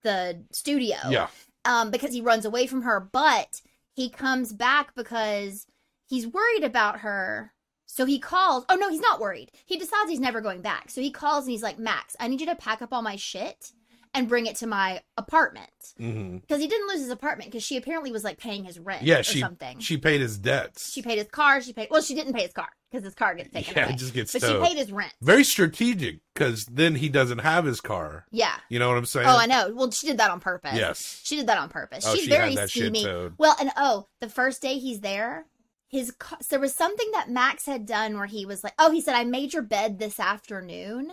F: the studio
E: yeah.
F: um, because he runs away from her, but he comes back because he's worried about her. So he calls. Oh no, he's not worried. He decides he's never going back. So he calls and he's like, "Max, I need you to pack up all my shit and bring it to my apartment."
E: hmm
F: Because he didn't lose his apartment because she apparently was like paying his rent
E: Yeah.
F: or
E: She,
F: something. She,
E: she paid his debts.
F: paid his car. She paid. Well, she didn't pay his car because his car gets taken
E: Yeah, it
F: away.
E: just gets
F: But
E: towed.
F: she paid his rent.
E: Very strategic because then he doesn't have his car.
F: Yeah.
E: You know what I'm saying?
F: Oh, I know. Well, she did that on purpose.
E: Yes.
F: She did that on purpose.
E: Oh,
F: She's
E: she had
F: very
E: that shit
F: scheming.
E: towed.
F: Well, and oh, the first day he's there, his ca- so there was something that Max had done where he was like, "Oh, he said I made your bed this afternoon."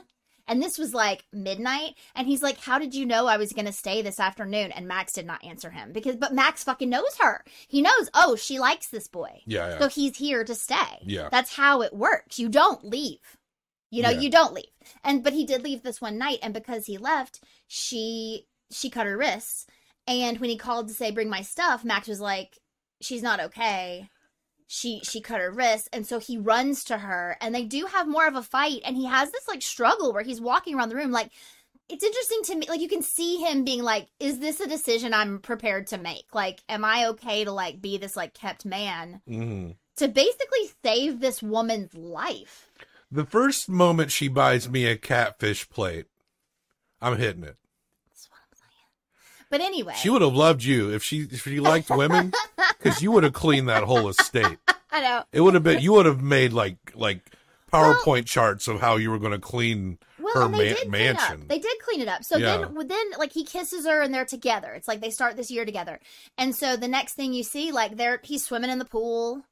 F: And this was like midnight, and he's like, "How did you know I was gonna stay this afternoon?" And Max did not answer him because, but Max fucking knows her. He knows, oh, she likes this boy,
E: Yeah. yeah.
F: so he's here to stay.
E: Yeah.
F: that's how it works. You don't leave. You know,
E: Yeah.
F: you don't leave. And but he did leave this one night, and because he left, she she cut her wrists. And when he called to say, "Bring my stuff," Max was like, "She's not okay." She she cut her wrist, and so he runs to her, and they do have more of a fight. And he has this like struggle where he's walking around the room, like it's interesting to me. Like you can see him being like, "Is this a decision I'm prepared to make? Like, am I okay to like be this like kept man
E: hmm
F: to basically save this woman's life?"
E: The first moment she buys me a catfish plate, I'm hitting it.
F: But anyway,
E: She would have loved you if she if she liked women, because you would have cleaned that whole estate.
F: I know.
E: It would have been you would have made like like PowerPoint charts of how you were going to clean
F: Well,
E: her
F: and they
E: ma-
F: did Clean
E: mansion.
F: up. They did clean it up. So
E: Yeah.
F: then, well, then, like he kisses her and they're together. It's like they start this year together. And so the next thing you see, like they're he's swimming in the pool,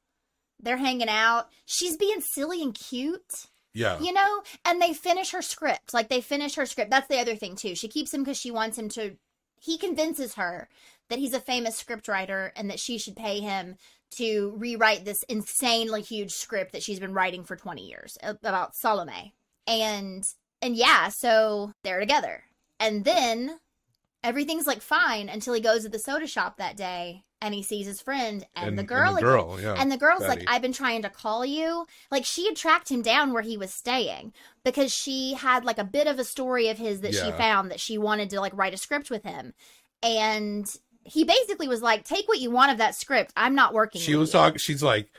F: they're hanging out. She's being silly and cute.
E: Yeah.
F: you know and they finish her script like they finish her script that's the other thing too she keeps him because she wants him to he convinces her that he's a famous scriptwriter and that she should pay him to rewrite this insanely huge script that she's been writing for 20 years a- about salome and and yeah so they're together and then everything's like fine until he goes to the soda shop that day and he sees his friend and, the girl
E: and the
F: again.
E: girl, yeah.
F: And the girl's
E: Betty.
F: like, I've been trying to call you. Like, she had tracked him down where he was staying because she had like a bit of a story of his that she
E: Yeah.
F: found that she wanted to like write a script with him. And he basically was like, Take what you want of that script. I'm not working.
E: she
F: with
E: was
F: you."
E: talking she's like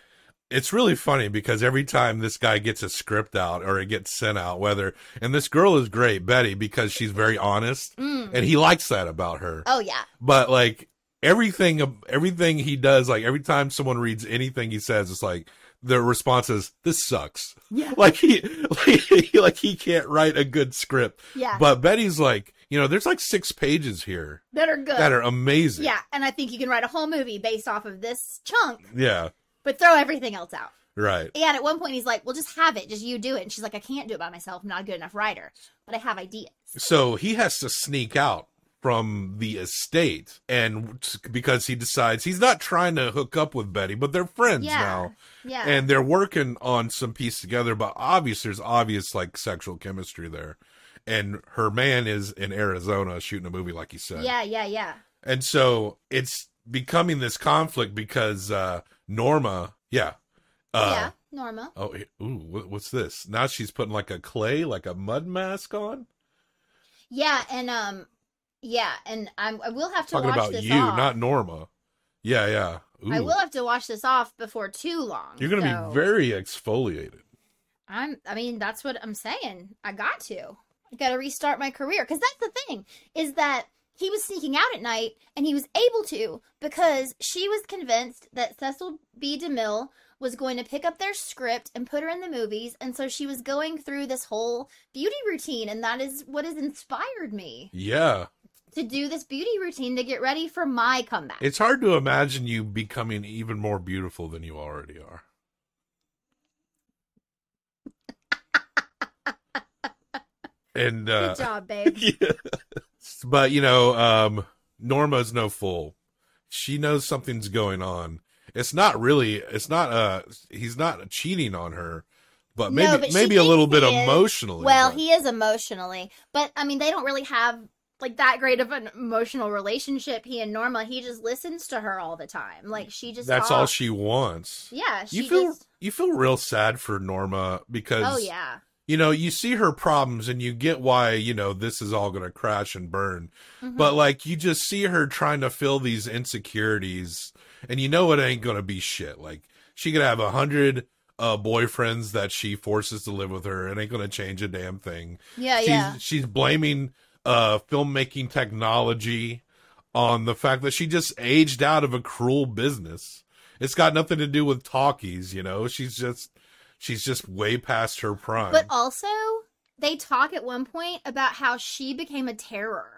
E: it's really funny because every time this guy gets a script out or it gets sent out whether and this girl is great betty because she's very honest
F: Mm.
E: and he likes that about her
F: Oh, yeah.
E: but like everything everything he does like every time someone reads anything he says it's like the response is this sucks
F: Yeah.
E: like he like he, like he can't write a good script
F: Yeah.
E: but betty's like you know there's like six pages here
F: That are good.
E: that are amazing
F: Uh, yeah. And I think you can write a whole movie based off of this chunk,
E: yeah
F: but throw everything else out.
E: right
F: Yeah, and at one point he's like, "Well, just have it, just you do it." And she's like, "I can't do it by myself. I'm not a good enough writer, but I have ideas."
E: So he has to sneak out from the estate and because he decides he's not trying to hook up with Betty, but they're friends
F: Yeah.
E: now.
F: Yeah,
E: And they're working on some piece together, but obvious there's obvious like sexual chemistry there. And her man is in Arizona shooting a movie like he said.
F: yeah, yeah, yeah.
E: And so it's becoming this conflict because uh Norma, yeah. Uh
F: yeah, Norma.
E: Oh, eh, ooh, what- what's this? Now she's putting like a clay, like a mud mask on.
F: Yeah, and um, yeah, and I'm, I will have to
E: talking
F: watch
E: about
F: this
E: you,
F: off.
E: not Norma. Yeah, yeah. Ooh.
F: I will have to watch this off before too long.
E: You're gonna
F: so
E: be very exfoliated.
F: I'm. I mean, that's what I'm saying. I got to. I got to restart my career because that's the thing is that he was sneaking out at night and he was able to because she was convinced that Cecil B. DeMille was going to pick up their script and put her in the movies, and so she was going through this whole beauty routine, and that is what has inspired me
E: Yeah,
F: to do this beauty routine to get ready for my comeback.
E: it's hard to imagine you becoming even more beautiful than you already are. and uh,
F: Good job, babe.
E: but you know, um, Norma's no fool. She knows something's going on. It's not really. It's not. Uh, he's not cheating on her, but maybe
F: No, but she
E: maybe a
F: thinks
E: little bit
F: he is.
E: emotionally.
F: Well,
E: but-
F: he is emotionally, but I mean, they don't really have like that great of an emotional relationship. He and Norma, he just listens to her all the time. Like she just
E: that's all
F: talks.
E: she wants.
F: Yeah, she
E: you feel
F: just.
E: you feel real sad for Norma because
F: Oh yeah,
E: you know you see her problems and you get why you know this is all going to crash and burn,
F: Mm-hmm.
E: but like you just see her trying to fill these insecurities and you know it ain't going to be shit. Like she could have a hundred uh boyfriends that she forces to live with her. It ain't going to change a damn thing.
F: yeah,
E: she's
F: yeah.
E: she's blaming uh filmmaking technology on the fact that she just aged out of a cruel business. It's got nothing to do with talkies, you know. She's just she's just way past her prime.
F: But also, they talk at one point about how she became a terror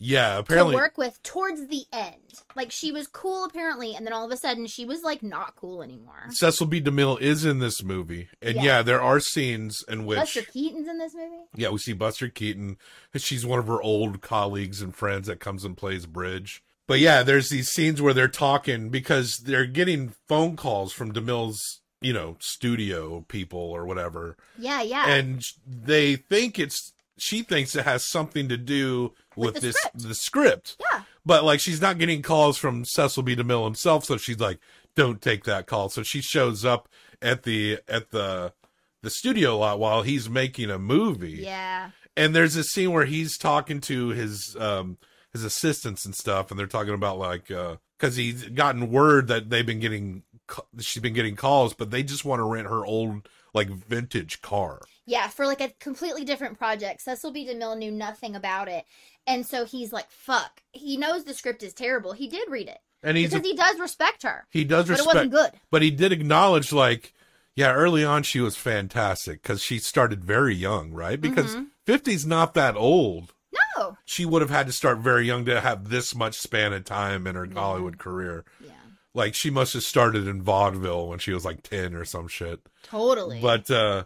E: yeah, apparently
F: to work with towards the end. Like she was cool apparently, and then all of a sudden she was like not cool anymore.
E: Cecil B. DeMille is in this movie. And yeah,
F: Yeah.
E: there are scenes in which
F: Buster Keaton's in this movie.
E: yeah, we see Buster Keaton. She's one of her old colleagues and friends that comes and plays bridge. But yeah, there's these scenes where they're talking because they're getting phone calls from DeMille's, you know, studio people or whatever.
F: Yeah, yeah.
E: And they think it's she thinks it has something to do with,
F: the
E: this
F: script.
E: the script.
F: Yeah.
E: But like she's not getting calls from Cecil B. DeMille himself, so she's like, Don't take that call. So she shows up at the at the the studio lot while he's making a movie
F: yeah.
E: and there's this scene where he's talking to his um his assistants and stuff and they're talking about like uh because he's gotten word that they've been getting ca- she's been getting calls but they just want to rent her old like vintage car
F: Yeah, for like a completely different project. Cecil B. DeMille knew nothing about it. And so he's like, fuck. He knows the script is terrible. He did read it.
E: and he's
F: because he does respect her.
E: he does
F: but it
E: respect
F: wasn't good.
E: but he did acknowledge like yeah early on she was fantastic because she started very young right because 50's not that old
F: Mm-hmm. No.
E: she would have had to start very young to have this much span of time in her Hollywood career.
F: Yeah.
E: Like she must have started in vaudeville when she was like 10 or some shit.
F: Totally.
E: But uh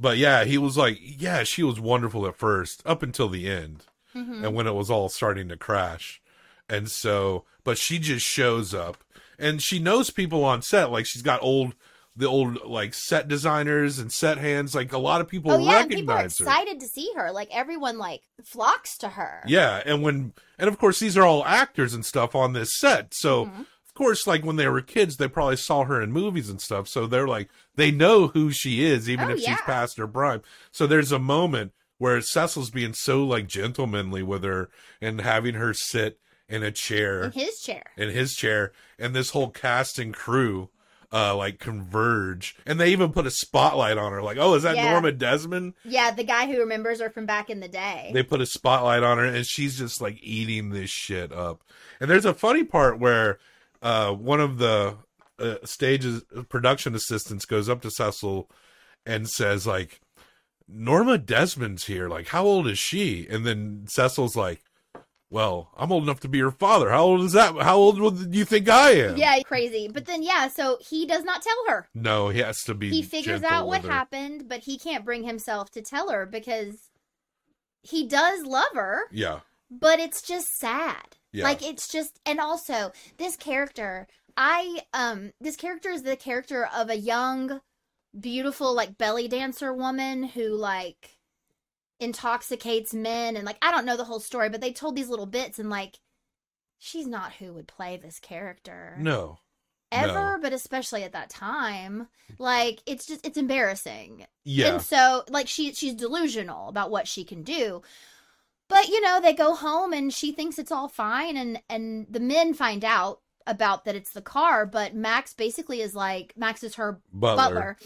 E: But yeah, he was like, yeah, she was wonderful at first, up until the end,
F: Mm-hmm.
E: and when it was all starting to crash. And so, but she just shows up, and she knows people on set. Like she's got old, the old like set designers and set hands. Like a lot of people
F: oh yeah, and people are
E: recognize her.
F: excited to see her. Like everyone like flocks to her.
E: Yeah, and when and of course these are all actors and stuff on this set. So
F: Mm-hmm.
E: of course, like when they were kids, they probably saw her in movies and stuff. So they're like they know who she is, even
F: Oh,
E: if
F: yeah.
E: she's past her prime. So there's a moment where Cecil's being so like gentlemanly with her and having her sit in a chair
F: in his chair.
E: in his chair and this whole cast and crew uh like converge and they even put a spotlight on her like oh is that
F: Yeah.
E: norma desmond
F: Yeah, the guy who remembers her from back in the day.
E: they put a spotlight on her and she's just like eating this shit up and there's a funny part where uh one of the uh, stages production assistants goes up to cecil and says like norma desmond's here like how old is she and then cecil's like well i'm old enough to be her father how old is that how old do you think i am
F: yeah, crazy. But then yeah, so he does not tell her.
E: No, he has to be.
F: He figures
E: gentle
F: out what
E: with her.
F: happened, but he can't bring himself to tell her because he does love her.
E: Yeah,
F: but it's just sad
E: Yeah.
F: like it's just and also this character i um this character is the character of a young beautiful like belly dancer woman who like intoxicates men and like i don't know the whole story but they told these little bits and like she's not who would play this character
E: no,
F: ever but especially at that time like it's just it's embarrassing
E: yeah,
F: and so like she she's delusional about what she can do. But you know, they go home and she thinks it's all fine and and the men find out about that it's the car, but Max basically is like Max is her
E: Butler.
F: butler.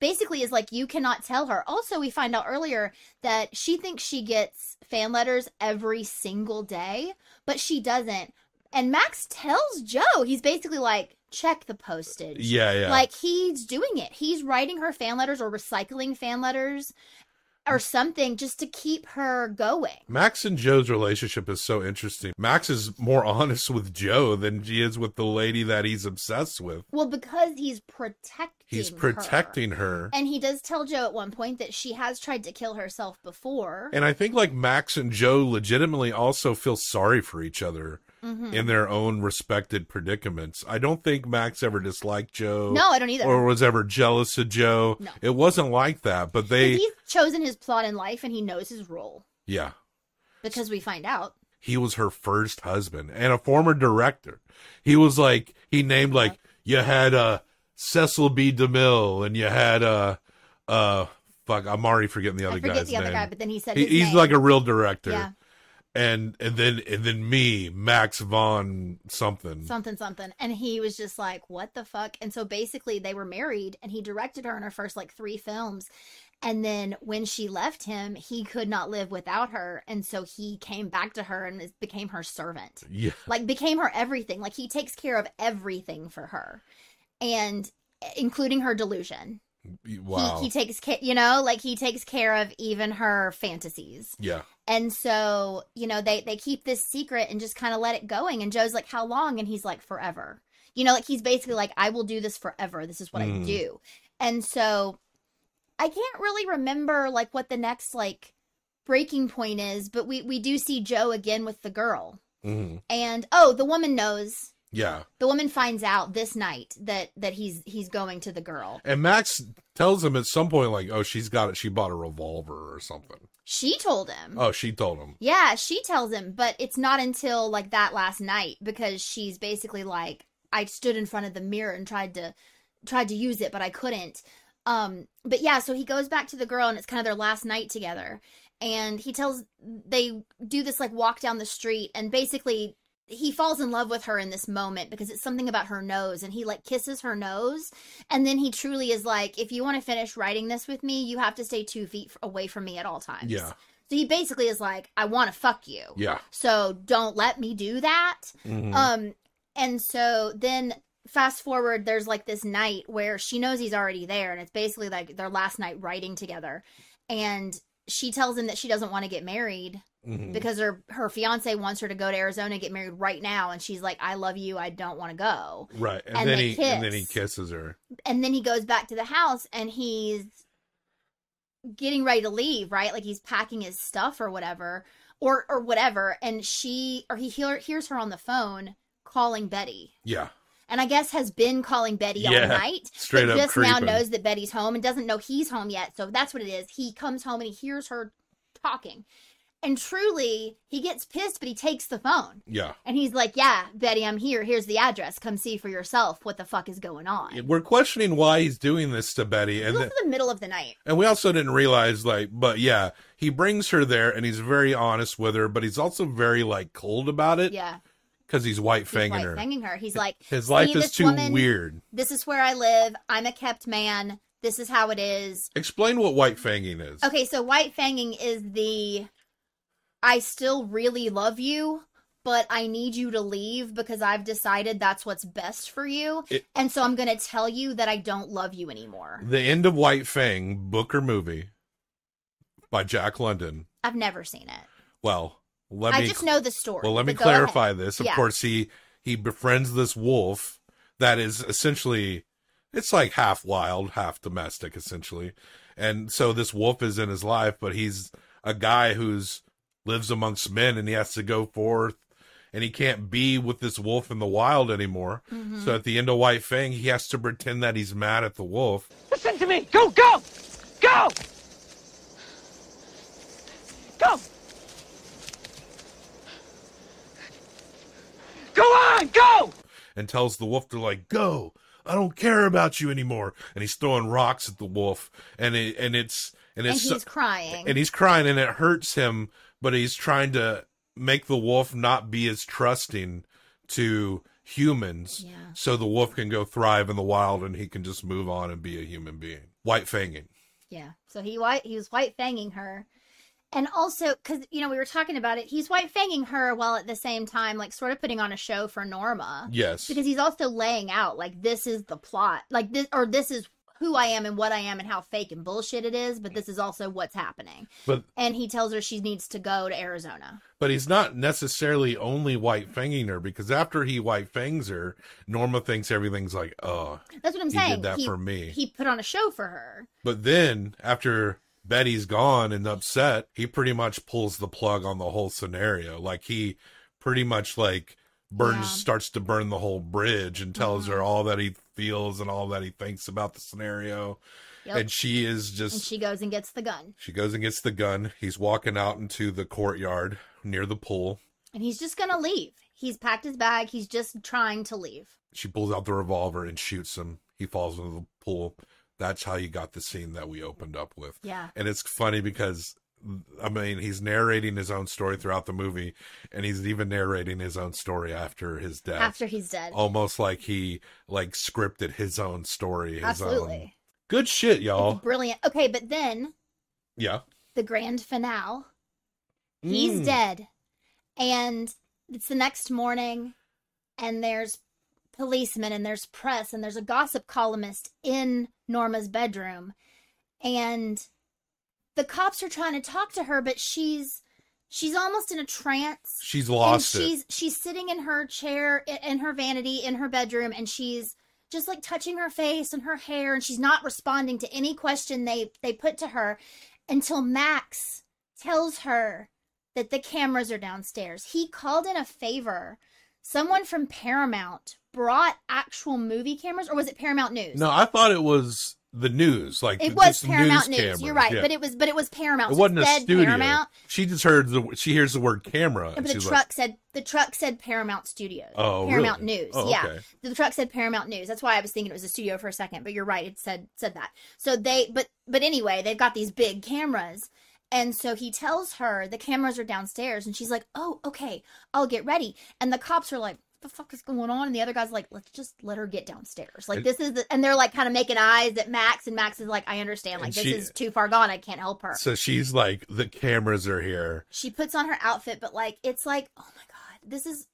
F: Basically is like you cannot tell her. Also, we find out earlier that she thinks she gets fan letters every single day, but she doesn't. And Max tells Joe, he's basically like, check the postage.
E: yeah, yeah.
F: Like he's doing it. He's writing her fan letters or recycling fan letters or something just to keep her going.
E: Max and Joe's relationship is so interesting. Max is more honest with Joe than he is with the lady that he's obsessed with.
F: Well, because he's protecting
E: He's
F: her.
E: protecting her.
F: And he does tell Joe at one point that she has tried to kill herself before.
E: And I think like Max and Joe legitimately also feel sorry for each other
F: Mm-hmm.
E: in their own respected predicaments. I don't think Max ever disliked Joe.
F: No, I don't either.
E: Or was ever jealous of Joe.
F: No.
E: It wasn't like that, but they,
F: he's chosen his plot in life and he knows his role
E: yeah.
F: because we find out.
E: he was her first husband and a former director. He was like he named like
F: Uh-huh.
E: you had uh Cecil B. DeMille and you had uh uh fuck I'm already forgetting the other
F: I forget
E: guy's
F: the other
E: name.
F: guy, but then he said
E: He-
F: his
E: he's
F: name.
E: like a real director.
F: Yeah.
E: And and then and then me Max von something.
F: something something and he was just like what the fuck and so basically they were married and he directed her in her first like three films and then when she left him he could not live without her and so he came back to her and is- became her servant
E: yeah.
F: like became her everything like he takes care of everything for her and eh, including her delusion
E: Wow.
F: he, he takes care you know like he takes care of even her fantasies
E: yeah.
F: and so, you know, they they keep this secret and just kind of let it going. And Joe's like, "How long?" And he's like, "Forever." You know, like he's basically like, "I will do this forever. This is what I
E: Mm.
F: do." And so, I can't really remember like what the next like breaking point is, but we we do see Joe again with the girl.
E: hmm
F: And oh, the woman knows.
E: Yeah.
F: The woman finds out this night that that he's he's going to the girl.
E: And Max tells him at some point like oh she's got it she bought a revolver or something.
F: She told him.
E: Oh she told him.
F: Yeah, she tells him, but it's not until like that last night because she's basically like, I stood in front of the mirror and tried to tried to use it, but I couldn't. Um, but yeah, so he goes back to the girl and it's kind of their last night together. And he tells they do this like walk down the street and basically he falls in love with her in this moment because it's something about her nose and he like kisses her nose and then he truly is like if you want to finish writing this with me you have to stay two feet f- away from me at all times
E: Yeah.
F: so he basically is like, I want to fuck you.
E: Yeah.
F: So don't let me do that.
E: Mhm.
F: Um, and so then fast forward, there's like this night where she knows he's already there, and it's basically like their last night writing together. And she tells him that she doesn't want to get married
E: Mhm.
F: because her her fiance wants her to go to Arizona and get married right now, and she's like, I love you, I don't want to go.
E: Right. And,
F: and
E: then
F: they
E: he and then he
F: kiss.
E: kisses her.
F: And then he goes back to the house and he's getting ready to leave, right? Like he's packing his stuff or whatever, or or whatever, and she or he hear, hears her on the phone calling Betty.
E: Yeah.
F: And I guess has been calling Betty
E: Yeah.
F: all night.
E: Straight
F: but
E: up
F: just now
E: creeping.
F: knows that Betty's home and doesn't know he's home yet. So that's what it is. He comes home and he hears her talking. And truly, he gets pissed, but he takes the phone.
E: Yeah.
F: And he's like, Yeah, Betty, I'm here. Here's the address. Come see for yourself what the fuck is going on.
E: We're questioning why he's doing this to Betty and
F: it's
E: then
F: also the middle of the night.
E: and we also didn't realize like but yeah, he brings her there and he's very honest with her, but he's also very like cold about it
F: Yeah.
E: cuz he's white
F: He's
E: fanging
F: like
E: her.
F: banging her. He's like,
E: His
F: "See
E: life is
F: this
E: too
F: woman?
E: weird.
F: This is where I live. I'm a kept man. This is how it is.
E: Explain what white fanging is.
F: Okay, so white fanging is the I still really love you, but I need you to leave because I've decided that's what's best for you.
E: It-
F: and so I'm going to tell you that I don't love you anymore.
E: The end of White Fang book or movie by Jack London.
F: I've never seen it.
E: Well, let
F: I
E: me
F: just know the story.
E: Well, let me
F: but go ahead.
E: clarify this. Of
F: Yeah.
E: course, he he befriends this wolf that is essentially it's like half wild, half domestic, essentially. And so this wolf is in his life, but he's a guy who's lives amongst men, and he has to go forth, and he can't be with this wolf in the wild anymore. So at the end of White Fang, he has to pretend that he's mad at the wolf.
H: Listen to me. Go, go, go, go. Go on, go.
E: and tells the wolf to like go. I don't care about you anymore. And he's throwing rocks at the wolf, and it and it's and
F: And
E: it's
F: he's crying.
E: and he's crying, and it hurts him. But he's trying to make the wolf not be as trusting to humans,
F: Yeah.
E: so the wolf can go thrive in the wild, and he can just move on and be a human being. White fanging.
F: Yeah. So he white he was white fanging her. And also cuz you know we were talking about it, he's white fanging her while at the same time like sort of putting on a show for Norma
E: Yes.
F: because he's also laying out like this is the plot. Like this or this is who I am and what I am and how fake and bullshit it is, but this is also what's happening.
E: But
F: And he tells her she needs to go to Arizona.
E: But he's not necessarily only white fanging her because after he white fangs her, Norma thinks everything's like, oh,
F: That's what I'm
E: He did
F: saying.
E: that for me.
F: He put on a show for her.
E: But then after Betty's gone and upset, he pretty much pulls the plug on the whole scenario. Like he pretty much like burns
F: Yeah. Mm-hmm.
E: starts to burn the whole bridge and tells her all that he feels and all that he thinks about the scenario.
F: Yep.
E: And she is
F: and
E: just
F: she goes and gets the gun.
E: she goes and gets the gun. He's walking out into the courtyard near the pool.
F: And he's just going to leave. He's packed his bag. He's just trying to leave.
E: She pulls out the revolver and shoots him. He falls into the pool. That's how you got the scene that we opened up with.
F: Yeah.
E: and it's funny because I mean he's narrating his own story throughout the movie, and he's even narrating his own story after his death,
F: After he's dead.
E: almost like he like scripted his own story. His Own.
F: Absolutely.
E: Good shit,
F: It's
E: y'all.
F: Brilliant. Okay, but then
E: Yeah.
F: the grand finale. He's
E: Mm.
F: dead. And it's the next morning and there's policemen and there's press and there's a gossip columnist in Norma's bedroom. And the cops are trying to talk to her, but she's she's almost in a trance.
E: She's lost
F: and
E: it.
F: she's she's sitting in her chair i- in her vanity in her bedroom and she's just like touching her face and her hair and she's not responding to any question they they put to her until max tells her that the cameras are downstairs he called in a favor someone from paramount brought actual movie cameras or was it paramount news
E: No, I thought it was the news, like
F: it
E: the-
F: was
E: just
F: paramount news,
E: cameras.
F: you're right
E: Yeah.
F: but it was but it was paramount
E: It
F: so
E: wasn't a
F: said
E: studio.
F: paramount
E: She just heard the she hears the word camera.
F: No,
E: and
F: but the
E: she's
F: truck
E: like,
F: said the truck said Paramount Studios.
E: Oh,
F: Paramount
E: really?
F: News.
E: Oh,
F: yeah,
E: okay.
F: the truck said Paramount News. That's why I was thinking it was a studio for a second. But you're right; it said said that. So they, but but anyway, they've got these big cameras, and so he tells her the cameras are downstairs, and she's like, "Oh, okay, I'll get ready." And the cops are like, "The fuck is going on?" And the other guy's like, "Let's just let her get downstairs." Like
E: And-
F: this is, the, and they're like kind of making eyes at Max, and Max is like, "I understand. Like
E: And
F: this
E: she-
F: is too far gone. I can't help her."
E: so she's like, the cameras are here.
F: she puts on her outfit but like it's like oh my god this is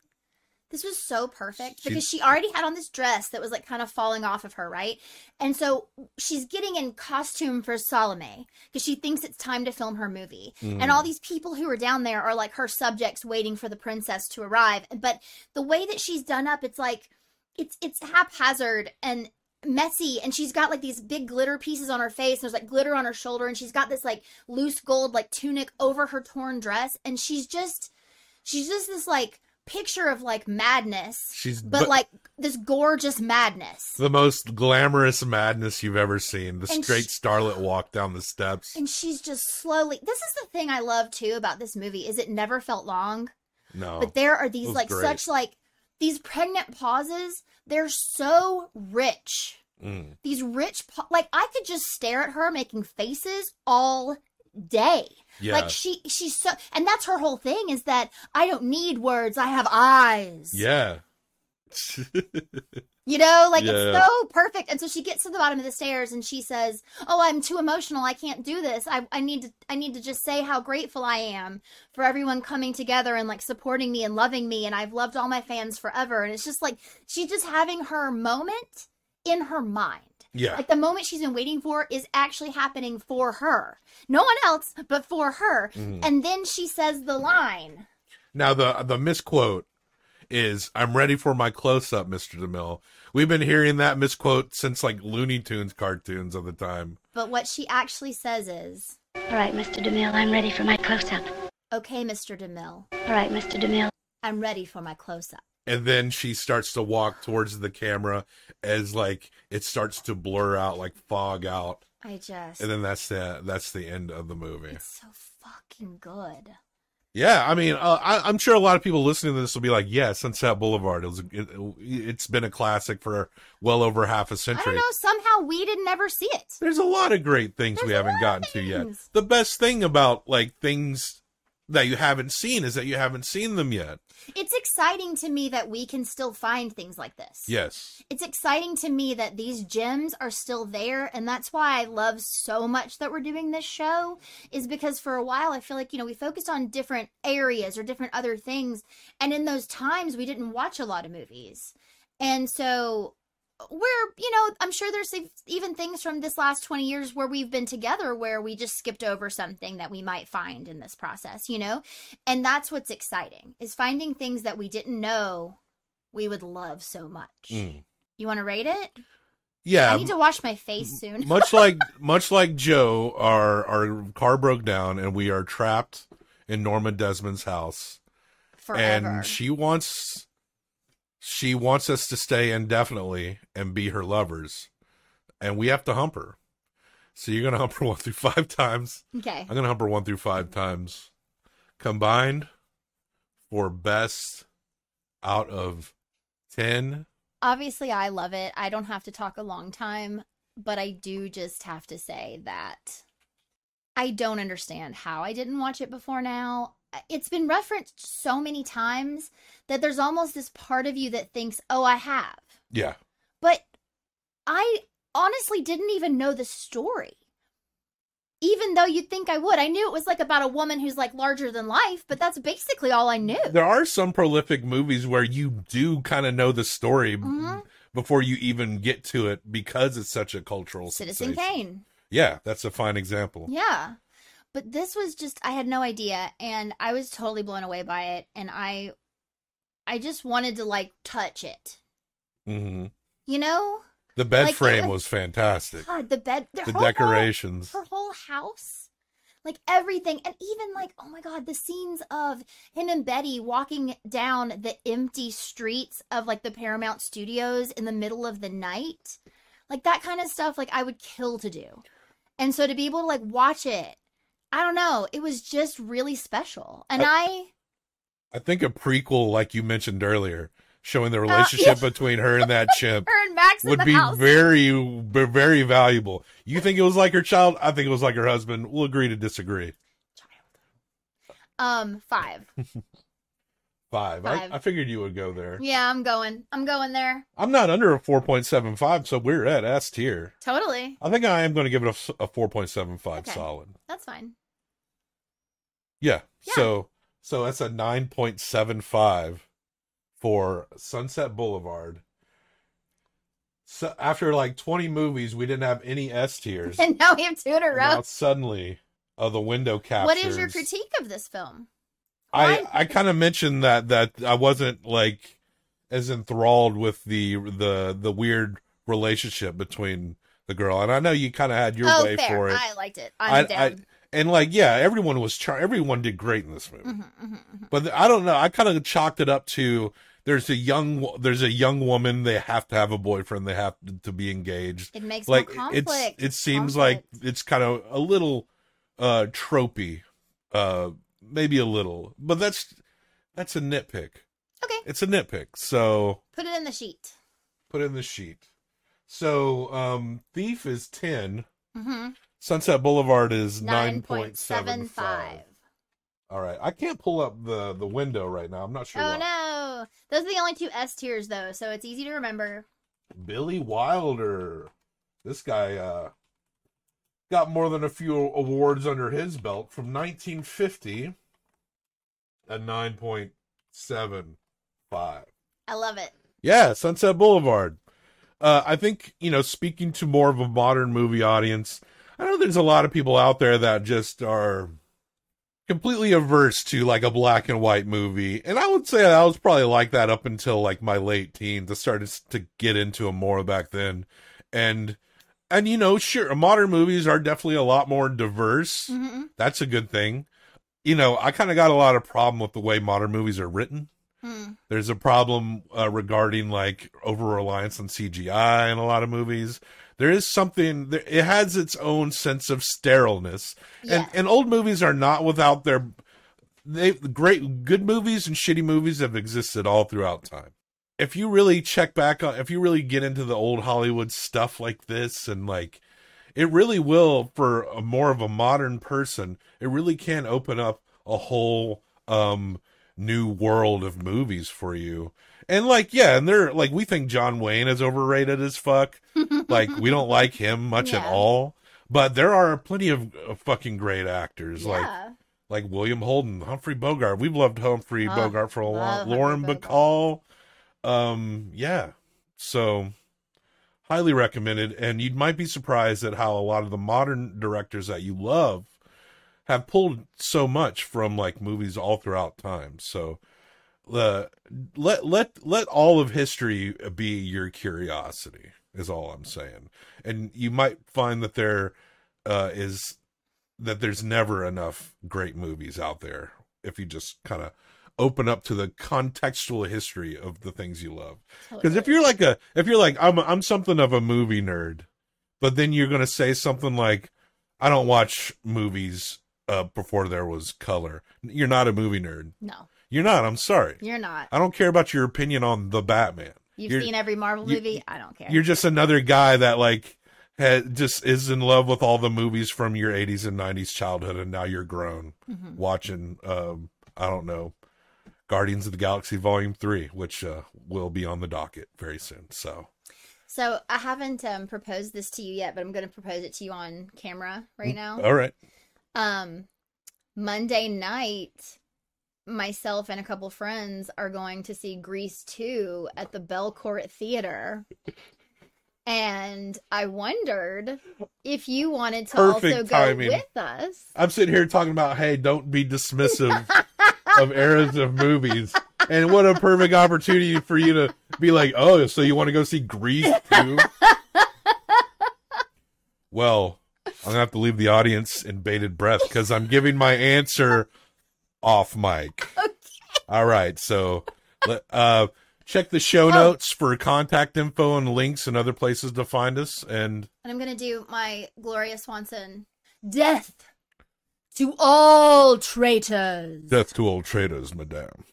F: this was so perfect
E: She-
F: because she already had on this dress that was like kind of falling off of her right and so she's getting in costume for salome because she thinks it's time to film her movie and all these people who are down there are like her subjects waiting for the princess to arrive but the way that she's done up it's like it's it's haphazard and messy and she's got like these big glitter pieces on her face and there's like glitter on her shoulder and she's got this like loose gold like tunic over her torn dress and she's just she's just this like picture of like madness
E: She's
F: but,
E: bu-
F: like this gorgeous madness
E: the most glamorous madness you've ever seen. The
F: And
E: straight
F: sh-
E: starlet walk down the steps.
F: and she's just slowly this is the thing i love too about this movie is it never felt long
E: No.
F: but there are
E: it
F: these
E: was
F: like
E: great.
F: such like these pregnant pauses they're so rich
E: Mm.
F: these rich po- like i could just stare at her making faces all day
E: Yeah.
F: like she she's so and that's her whole thing is that i don't need words i have eyes
E: yeah.
F: you know like it's
E: Yeah.
F: so perfect and so she gets to the bottom of the stairs and she says oh i'm too emotional i can't do this i, I need to i need to just say how grateful i am for everyone coming together and like supporting me and loving me and i've loved all my fans forever and it's just like she's just having her moment in her mind
E: Yeah.
F: Like the moment she's been waiting for is actually happening for her. No one else, but for her.
E: Mm-hmm.
F: And then she says the line.
E: Now the the misquote is I'm ready for my close up, Mr. DeMille. We've been hearing that misquote since like Looney Tunes cartoons of the time.
F: But what she actually says is,
I: All right, Mr. DeMille, I'm ready for my close up.
F: okay, Mr. DeMille,
I: All right, Mr. DeMille.
F: I'm ready for my close up.
E: And then she starts to walk towards the camera as like it starts to blur out like fog out.
F: I just,
E: And then that's the that's the end of the movie.
F: it's so fucking good.
E: Yeah, I mean, uh, I, I'm sure a lot of people listening to this will be like, "Yeah, Sunset Boulevard. It was, it, it's been a classic for well over half a
F: I don't
E: century."
F: know, somehow we didn't ever see it.
E: There's a lot of great things we
F: There's a
E: haven't
F: lot of
E: gotten to yet.
F: things.
E: The best thing about like things that you haven't seen is that you haven't seen them yet.
F: It's exciting to me that we can still find things like this.
E: Yes.
F: It's exciting to me that these gems are still there, and that's why I love so much that we're doing this show. Is because for a while I feel like you know we focused on different areas or different other things, and in those times we didn't watch a lot of movies, and so we're you know I'm sure there's ev- even things from this last twenty years where we've been together where we just skipped over something that we might find in this process, you know, and that's what's exciting is finding things that we didn't know we would love so much.
E: Mm.
F: You want to rate it?
E: Yeah.
F: I need to wash my face soon.
E: much like much like Joe, our our car broke down and we are trapped in Norma Desmond's house,
F: Forever.
E: and she wants she wants us to stay indefinitely and be her lovers, and we have to hump her. So you're gonna hump her one through five times.
F: okay.
E: I'm gonna hump her one through five times combined for best out of ten.
F: Obviously, I love it. I don't have to talk a long time, but I do just have to say that I don't understand how I didn't watch it before now. It's been referenced so many times that there's almost this part of you that thinks, oh, I have.
E: Yeah,
F: But I honestly didn't even know the story. Even though you'd think I would. I knew it was like about a woman who's like larger than life, but that's basically all I knew.
E: there are some prolific movies where you do kind of know the story b-
F: Mhm.
E: before you even get to it because it's such a cultural
F: Citizen
E: sensation.
F: Kane.
E: Yeah, that's a fine example.
F: Yeah. But this was just I had no idea and I was totally blown away by it and I I just wanted to like touch it.
E: hmm
F: You know?
E: The bed
F: Like, it
E: frame
F: was-
E: was fantastic.
F: God, the bed their
E: The
F: whole house-
E: decorations.
F: her whole house. Like everything and even like oh my god, the scenes of him and Betty walking down the empty streets of like the Paramount Studios in the middle of the night. Like that kind of stuff like I would kill to do. And so to be able to like watch it, I don't know, it was just really special.
E: Uh,
F: And I
E: I think a prequel, like you mentioned earlier, showing the relationship between her and that chimp.
F: Uh, her and Max in
E: would
F: the
E: be
F: house.
E: very be- very valuable. You think it was like her child? I think it was like her husband. We'll agree to disagree.
F: um, five.
E: Five.
F: Five.
E: I, I figured you would go there.
F: Yeah, I'm going. I'm going there.
E: I'm not under a 4.75, so we're at S tier.
F: Totally.
E: I think I am going to give it a s- a, 4.75
F: Okay.
E: solid.
F: That's fine.
E: Yeah.
F: Yeah.
E: So so that's a 9.75 for Sunset Boulevard. So after like 20 movies, we didn't have any S tiers.
F: And now we have two in a
E: And now
F: row.
E: suddenly, oh, the window captures.
F: What is your critique of this film?
E: I
F: Why-
E: I kind of mentioned that that I wasn't like as enthralled with the the the weird relationship between the girl. And I know you kind of had your
F: oh,
E: way
F: fair.
E: for it.
F: I liked it. I'm down.
E: and like, yeah, everyone was char- everyone did great in this movie.
F: Mm-hmm,
E: But th- I don't know. I kind of chalked it up to there's a young wo- there's a young woman. They have to have a boyfriend. They have to, to be engaged.
F: It makes
E: like
F: more
E: it's
F: conflict.
E: it seems
F: Conflict.
E: like it's kind of a little uh tropey, uh maybe a little, but that's that's a nitpick.
F: Okay.
E: It's a nitpick. So
F: Put it in the sheet.
E: put in the sheet. So um Thief is ten.
F: Mm-hmm.
E: Sunset Boulevard is nine point seven
F: 9.75.
E: five. All right, I can't pull up the the window right now. I'm not sure. why.
F: Oh no. Those are the only two S tiers though, so it's easy to remember.
E: Billy Wilder, this guy uh, got more than a few awards under his belt from 1950 at nine point seven five.
F: I love it.
E: Yeah, Sunset Boulevard. Uh, I think you know, speaking to more of a modern movie audience, I know there's a lot of people out there that just are completely averse to like a black and white movie, and I would say I was probably like that up until like my late teens. I started to get into them more back then, and and you know, sure, modern movies are definitely a lot more diverse.
F: Mhm.
E: That's a good thing. You know, I kind of got a lot of problem with the way modern movies are written
F: Hmm.
E: there's a problem uh, regarding like over reliance on CGI in a lot of movies. There is something there, it has its own sense of sterileness,
F: Yes.
E: and and old movies are not without their they great good movies and shitty movies have existed all throughout time. If you really check back on, if you really get into the old Hollywood stuff like this, and like it really will for a more of a modern person, it really can open up a whole um new world of movies for you. And like, yeah, and they're like, we think John Wayne is overrated as fuck. like, we don't like him much at
F: Yeah.
E: all. But there are plenty of uh, fucking great actors like
F: yeah.
E: like William Holden, Humphrey Bogart. We've loved Humphrey
F: Oh,
E: Bogart for a
F: love
E: long.
F: Humphrey
E: Lauren
F: Bogart.
E: Bacall. Um, yeah. So highly recommended and you might be surprised at how a lot of the modern directors that you love have pulled so much from like movies all throughout time. So uh, let let let all of history be your curiosity is all I'm saying. And you might find that there uh, is that there's never enough great movies out there if you just kind of open up to the contextual history of the things you love. Because if you're like a if you're like I'm I'm something of a movie nerd, but then you're gonna say something like I don't watch movies uh, before there was color. You're not a movie nerd.
F: No,
E: You're not. I'm sorry.
F: you're not.
E: I don't care about your opinion on the Batman.
F: You've
E: Uh, You're-
F: seen every Marvel
E: you-
F: movie. I don't care.
E: You're just another guy that like ha just is in love with all the movies from your 80s and 90s childhood, and now you're grown watching. Um, I don't know, Guardians of the Galaxy Volume Three, which uh, will be on the docket very soon. So
F: So I haven't um, proposed this to you yet, but I'm going to propose it to you on camera
E: Mm,
F: right now.
E: all right,
F: Um, Monday night, myself and a couple friends are going to see Grease 2 at the Belcourt Theater. And I wondered if you wanted to also
E: Perfect
F: go
E: timing.
F: with us.
E: I'm sitting here talking about hey, don't be dismissive of eras of movies. And what a perfect opportunity for you to be like, oh, so you want to go see Grease too? well, I'm gonna have to leave the audience in bated breath because I'm giving my answer off mic. All right, so let- uh, check the show notes for contact info and links and other places to find us. And
F: And I'm going to do my Gloria Swanson death to all traitors.
E: death to old traitors, madame.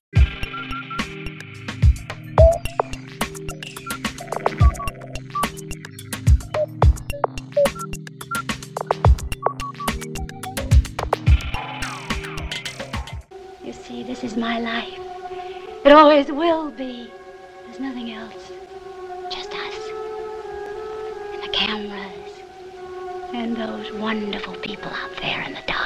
I: You see, this is my life. It always will be. There's nothing else. Just us. And the cameras. And those wonderful people out there in the dark.